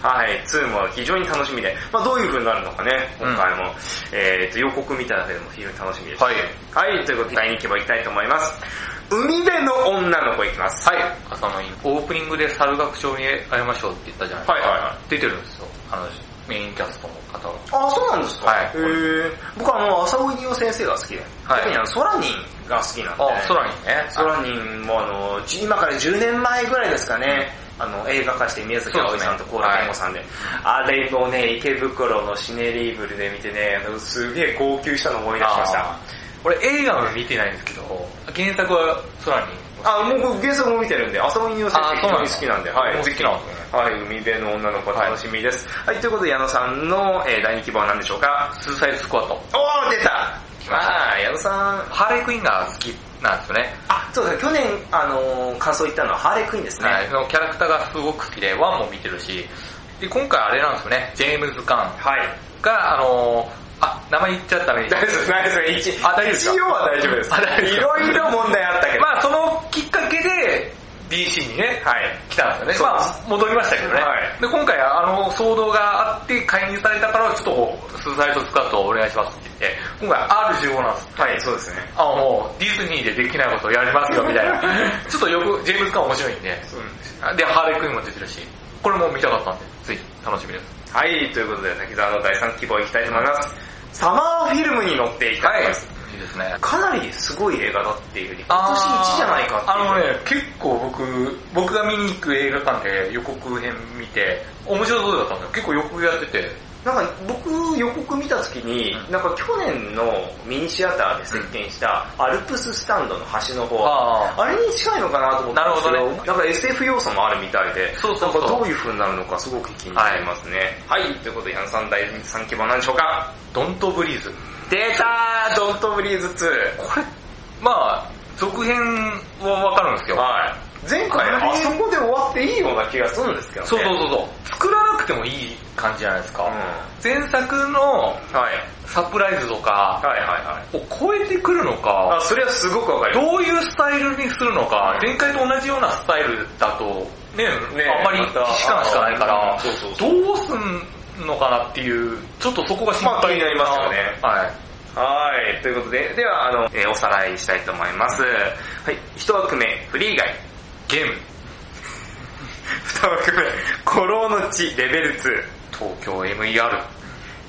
[SPEAKER 3] 2も非常に楽しみで、まあ、どういう風になるのかね、今回も、えーと、予告みたいなのでも非常に楽しみです。
[SPEAKER 1] はい。
[SPEAKER 3] はい、ということで第2希望いきたいと思います。海辺の女の子いきます。
[SPEAKER 1] はい。朝のインオープニングで猿楽章に会いましょうって言ったじゃないですか。
[SPEAKER 3] はいはいは
[SPEAKER 1] 出てるんですよ。あの、メインキャストの方が。
[SPEAKER 3] あ、そうなんですか
[SPEAKER 1] はい
[SPEAKER 3] へえ。僕はあの、浅尾稲夫先生が好きで。
[SPEAKER 1] はい
[SPEAKER 3] 特にあの、ソラニンが好きなんで。
[SPEAKER 1] あ、空にね。
[SPEAKER 3] ソラニンもあの、じ今から10年前ぐらいですかね。あの、映画化して宮崎
[SPEAKER 1] そう
[SPEAKER 3] 葵
[SPEAKER 1] です
[SPEAKER 3] さん
[SPEAKER 1] ね
[SPEAKER 3] と高良健吾さんで。あれをね、池袋のシネリーブルで見てね、あのすげえ号泣したの思い出しました
[SPEAKER 1] あ。俺映画は見てないんですけど、原作は空に。
[SPEAKER 3] あ、もう僕原作も見てるんで、浅尾稲夫先生非常に好きなんで。はい
[SPEAKER 1] もう。好きなんですね。
[SPEAKER 3] はい、海辺の女の子楽しみです。はい、ということで矢野さんの、えー第2希望は何でしょうか
[SPEAKER 1] スーサイドスクワット。
[SPEAKER 3] おー、出たまあ、矢野さん、
[SPEAKER 1] ハーレークイーンが好きなんですよね。
[SPEAKER 3] あ、そうだ、去年、あのー感想言ったのはハーレークイーンですね。
[SPEAKER 1] はい、そのキャラクターがすごく好きで、ワンも見てるし、で、今回あれなんですよね、ジェームズ・ガン
[SPEAKER 3] はい。
[SPEAKER 1] が、あのー、あ、名前言っちゃ ったね。
[SPEAKER 3] 大丈夫です、大丈夫です。一
[SPEAKER 1] あ大丈夫ですか
[SPEAKER 3] 一応は大丈夫です。
[SPEAKER 1] あ大丈夫です
[SPEAKER 3] いろいろ問題あったけど。
[SPEAKER 1] まあ、そのきっかけで、DC にね、
[SPEAKER 3] はい。
[SPEAKER 1] 来たんですよね。
[SPEAKER 3] そ
[SPEAKER 1] ま
[SPEAKER 3] うです
[SPEAKER 1] あ、戻りましたけどね。
[SPEAKER 3] はい
[SPEAKER 1] で、今回、あの、騒動があって解任されたから、ちょっとこう、スーサイドスカートをお願いしますって言って、今回 R15 なんです。
[SPEAKER 3] はい、そうですね。
[SPEAKER 1] あ、もう、ディズニーでできないことをやりますよ、み たいな。ちょっとよく、ジェームズ・ガン面白いんで。で、ハーレークイーンも出てるし、これも見たかったんで、ぜひ、楽しみです。
[SPEAKER 3] はい、ということで、滝沢の第3希望いきたいと思います。サマーフィルムに乗っていきたいと思います。
[SPEAKER 1] いいですね。
[SPEAKER 3] かなりすごい映画だっていうふうに、今年1じゃないかっていう。
[SPEAKER 1] あのね、結構僕、僕が見に行く映画館で予告編見て、面白そうだったんだよ。結構予告やってて、
[SPEAKER 3] なんか僕予告見た時に、なんか去年のミニシアターで設見したアルプススタンドの端の方、
[SPEAKER 1] あ
[SPEAKER 3] あれに近いのかなと思ったんですけ
[SPEAKER 1] なる
[SPEAKER 3] ど、
[SPEAKER 1] ほどね
[SPEAKER 3] なんか SF 要素もあるみたいで、
[SPEAKER 1] そうそう
[SPEAKER 3] な
[SPEAKER 1] そ
[SPEAKER 3] ん
[SPEAKER 1] う
[SPEAKER 3] かどういう風になるのかすごく気になりますね。はい、ということで、ヤンさん第3希望なんでしょうか
[SPEAKER 1] ドントブリーズ。
[SPEAKER 3] 出たードントブリーズ2。
[SPEAKER 1] これ、まあ続編はわかるんですよ。
[SPEAKER 3] はい。前回
[SPEAKER 1] あれ
[SPEAKER 3] あそこで終わっていいような気がするんですけどね。
[SPEAKER 1] そうそう
[SPEAKER 3] う。
[SPEAKER 1] そうそう。作らなくてもいい感じじゃないですか。
[SPEAKER 3] ん、
[SPEAKER 1] 前作の
[SPEAKER 3] はい。
[SPEAKER 1] サプライズと
[SPEAKER 3] はい
[SPEAKER 1] か
[SPEAKER 3] はいはい。
[SPEAKER 1] を超えてくるの
[SPEAKER 3] あ
[SPEAKER 1] か、、
[SPEAKER 3] それはすごくわかります。
[SPEAKER 1] どういうスタイルにするのか、前回と同じようなスタイルだと、ね、
[SPEAKER 3] ね
[SPEAKER 1] あんまり
[SPEAKER 3] ま
[SPEAKER 1] 既
[SPEAKER 3] た
[SPEAKER 1] 視感しかないから
[SPEAKER 3] うんそうそう、そ
[SPEAKER 1] どうすんのかなっていう、ちょっとそこが心
[SPEAKER 3] まあ気
[SPEAKER 1] 配
[SPEAKER 3] になりますよね
[SPEAKER 1] はい。
[SPEAKER 3] はい。ということで、では、あの、えーおさらいしたいと思います。はい。一枠目、フリーガイ。
[SPEAKER 1] ゲーム、
[SPEAKER 3] 二枠目、古老の地、レベル2。
[SPEAKER 1] 東京 MER、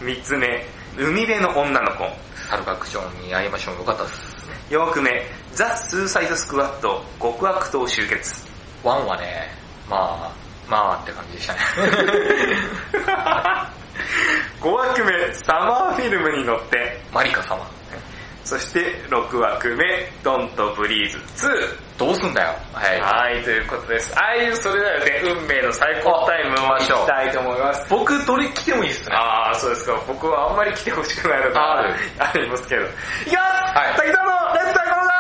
[SPEAKER 3] 三つ目、海辺の女の子。
[SPEAKER 1] サルカクションに会いましょう。よかったです。
[SPEAKER 3] 四枠目、ザ・スーサイド・スクワット、極悪党集結。
[SPEAKER 1] ワンはね、まあ、まあって感じで したね。
[SPEAKER 3] 五枠目、サマーフィルムに乗って。
[SPEAKER 1] マリカ様。
[SPEAKER 3] そして、六枠目、ドンとブリーズ2。
[SPEAKER 1] どうすんだよ。はい。
[SPEAKER 3] はい、ということです。ああいう、それではですね、運命の最高タイムを
[SPEAKER 1] あ行きましょう
[SPEAKER 3] 行きたいと思います。
[SPEAKER 1] 僕、どれ来てもいいっすね。
[SPEAKER 3] ああ、そうですか。僕はあんまり来てほしくないのか
[SPEAKER 1] ある
[SPEAKER 3] ありますけど。いきます、
[SPEAKER 1] はい
[SPEAKER 3] 滝沢のレッツサイコロダ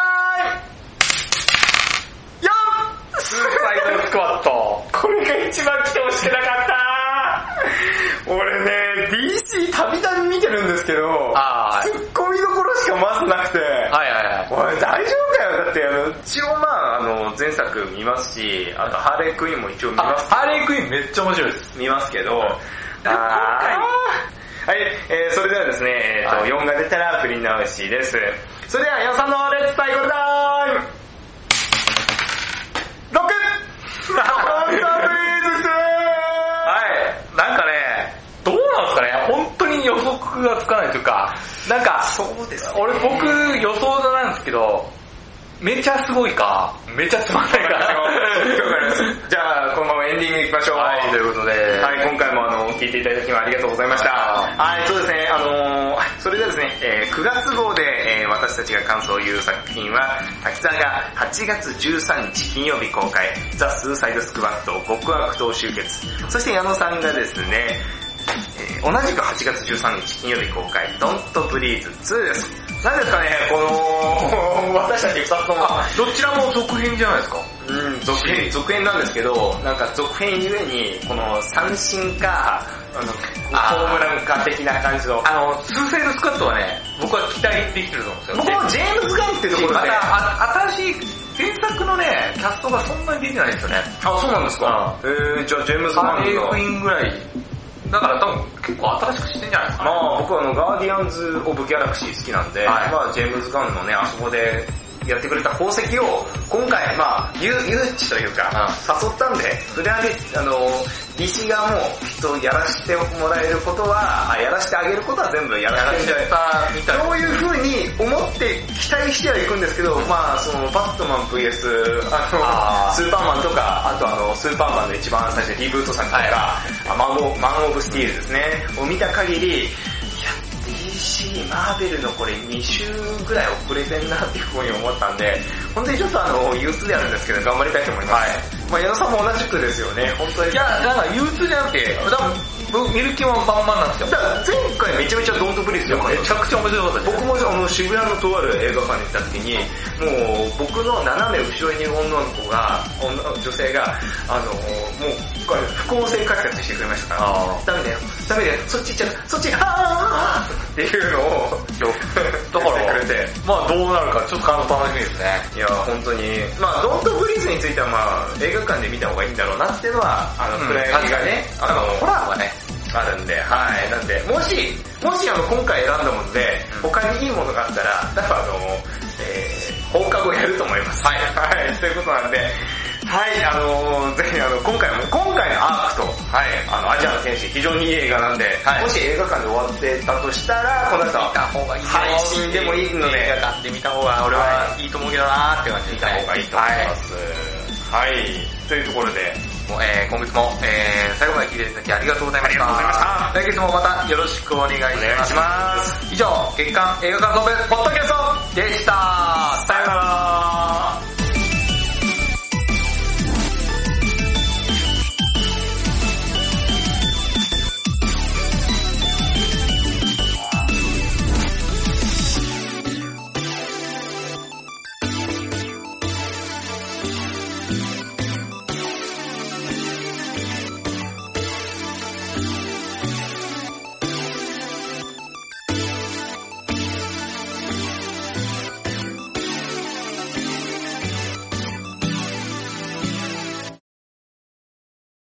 [SPEAKER 3] イよっス
[SPEAKER 1] サイドスクワット。
[SPEAKER 3] これが一番来てほしくなかった俺ね、DC たびたび見てるんですけど、
[SPEAKER 1] あー
[SPEAKER 3] ツッコミどころしかまずなくて、
[SPEAKER 1] はいはいはい。
[SPEAKER 3] おい大丈夫かよだってあの、一応まああの、前作見ますし、あとハーレークイーンも一応見
[SPEAKER 1] あ
[SPEAKER 3] ます、
[SPEAKER 1] ハーレークイーンめっちゃ面白いです。
[SPEAKER 3] 見ますけど、
[SPEAKER 1] だから
[SPEAKER 3] ーはい、えー、それではですね、えーと
[SPEAKER 1] はい
[SPEAKER 3] 4が出たら振り直しです。それでは、矢野さんのレッツサイコルタイム !6!
[SPEAKER 1] はい。なんかね、どうなんすかね本当に予測がつかないというか、なんか、
[SPEAKER 3] そうです
[SPEAKER 1] 俺僕予想なんですけど、めちゃすごいか、めちゃつまんないか。
[SPEAKER 3] じゃあ、このままエンディングいきましょう。
[SPEAKER 1] はい、ということで、
[SPEAKER 3] はい、今回もあの、聞いていただきありがとうございました。
[SPEAKER 1] は
[SPEAKER 3] はい、そうですね、あのーそれではですね、えー9月号で、えー私たちが感想を言う作品は、滝沢が8月13日金曜日公開、ザ・スーサイド・スクワット、極悪党集結。そして矢野さんがですね、えー同じく8月13日金曜日公開、ドントブリーズ2です。なんですかね、この、 私たち2つとも、
[SPEAKER 1] どちらも続編じゃないですか。
[SPEAKER 3] うん、続編、続編なんですけど、なんか続編ゆえに、この三振か、あの、
[SPEAKER 1] あー
[SPEAKER 3] ホームランか的な感じの。
[SPEAKER 1] あの、スーサイドスカットはね、僕は期待できてると思うんですよ。
[SPEAKER 3] 僕もジェームズ・ガンってところで、
[SPEAKER 1] また、あ新しい、前作のね、キャストがそんなに出てないんですよね。
[SPEAKER 3] あ、そうなんです
[SPEAKER 1] か
[SPEAKER 3] えー、じゃあジェームズ・
[SPEAKER 1] ハ
[SPEAKER 3] ガ
[SPEAKER 1] ーレークイ
[SPEAKER 3] ンの、
[SPEAKER 1] ーンぐらい。だから多分結構新しくしてんじゃないですか
[SPEAKER 3] まあ僕はあの、ガーディアンズ・オブ・ギャラクシー好きなんで、
[SPEAKER 1] はい
[SPEAKER 3] まあジェームズ・ガンのね、あそこで、やってくれた功績を、今回、まあ、誘誘致というか、誘ったんで、それはね、あの、DC 側もきっとやらしてもらえることは、あやらしてあげることは全部やらせてもらえる
[SPEAKER 1] たみいな。
[SPEAKER 3] そういう風に思って期待してはいくんですけど、まあそのバットマン VS あの
[SPEAKER 1] あー
[SPEAKER 3] スーパーマンとか、あとあのスーパーマンの一番最初リブート作とか、
[SPEAKER 1] はい
[SPEAKER 3] あマンオマンオブスティールですね、を見た限り、いや DC、マーベルのこれ2週ぐらい遅れてんなっていう風に思ったんで、本当にちょっとあの憂鬱であるんですけど頑張りたいと思います。まあ矢野さんも同じくですよね、本当に。
[SPEAKER 1] いや、なんか憂鬱じゃなくて、多分、見る気はバンバンなんです
[SPEAKER 3] だ
[SPEAKER 1] よ。
[SPEAKER 3] から前回めちゃめちゃドントブリスよかった
[SPEAKER 1] めちゃくちゃ面白かったです。
[SPEAKER 3] 僕もあの渋谷のとある映画館に行った時に、もう僕の斜め後ろにいる女の子が、女女性が、あの、もう、これ不公正解決してくれましたから、
[SPEAKER 1] あ
[SPEAKER 3] ダメだよ、ダメだよ、そっち行っちゃう、そっち、あーあーあーっていうのを、
[SPEAKER 1] だから
[SPEAKER 3] やってくれて、
[SPEAKER 1] まあどうなるかちょっと楽しみですね。
[SPEAKER 3] いや本当に、まあドントブリーズについてはまあ映画館で見た方がいいんだろうなっていうのは、あの、
[SPEAKER 1] うん
[SPEAKER 3] 暗闇がね、あの、
[SPEAKER 1] ホラーはね、
[SPEAKER 3] あるんで、はい。なんで、もし、もしあの、今回選んだもので、他にいいものがあったら、多分あの、えー、放課後やると思います。はい。はい、ということなんで、はい、あのーぜひあの、今回も、今回のアークと、はい、あの、アジアの天使、非常にいい映画なんで、
[SPEAKER 1] はい
[SPEAKER 3] もし映画館で終わってたとしたら、この後、
[SPEAKER 1] 方がいい
[SPEAKER 3] 配信でもいいので
[SPEAKER 1] 映画館で見た方が俺はいいと思うけどなーって感じ
[SPEAKER 3] 見
[SPEAKER 1] で
[SPEAKER 3] た方がいいと思います。ははい。というところで、
[SPEAKER 1] もうえー今月も、えー最後まで聞いていただきありがとうございました。
[SPEAKER 3] あ
[SPEAKER 1] 来月もまたよろしくお願いし
[SPEAKER 3] お願
[SPEAKER 1] ま
[SPEAKER 3] いし
[SPEAKER 1] す。
[SPEAKER 3] ます。
[SPEAKER 1] 以上、月刊映画感想部ポッドキャストでした。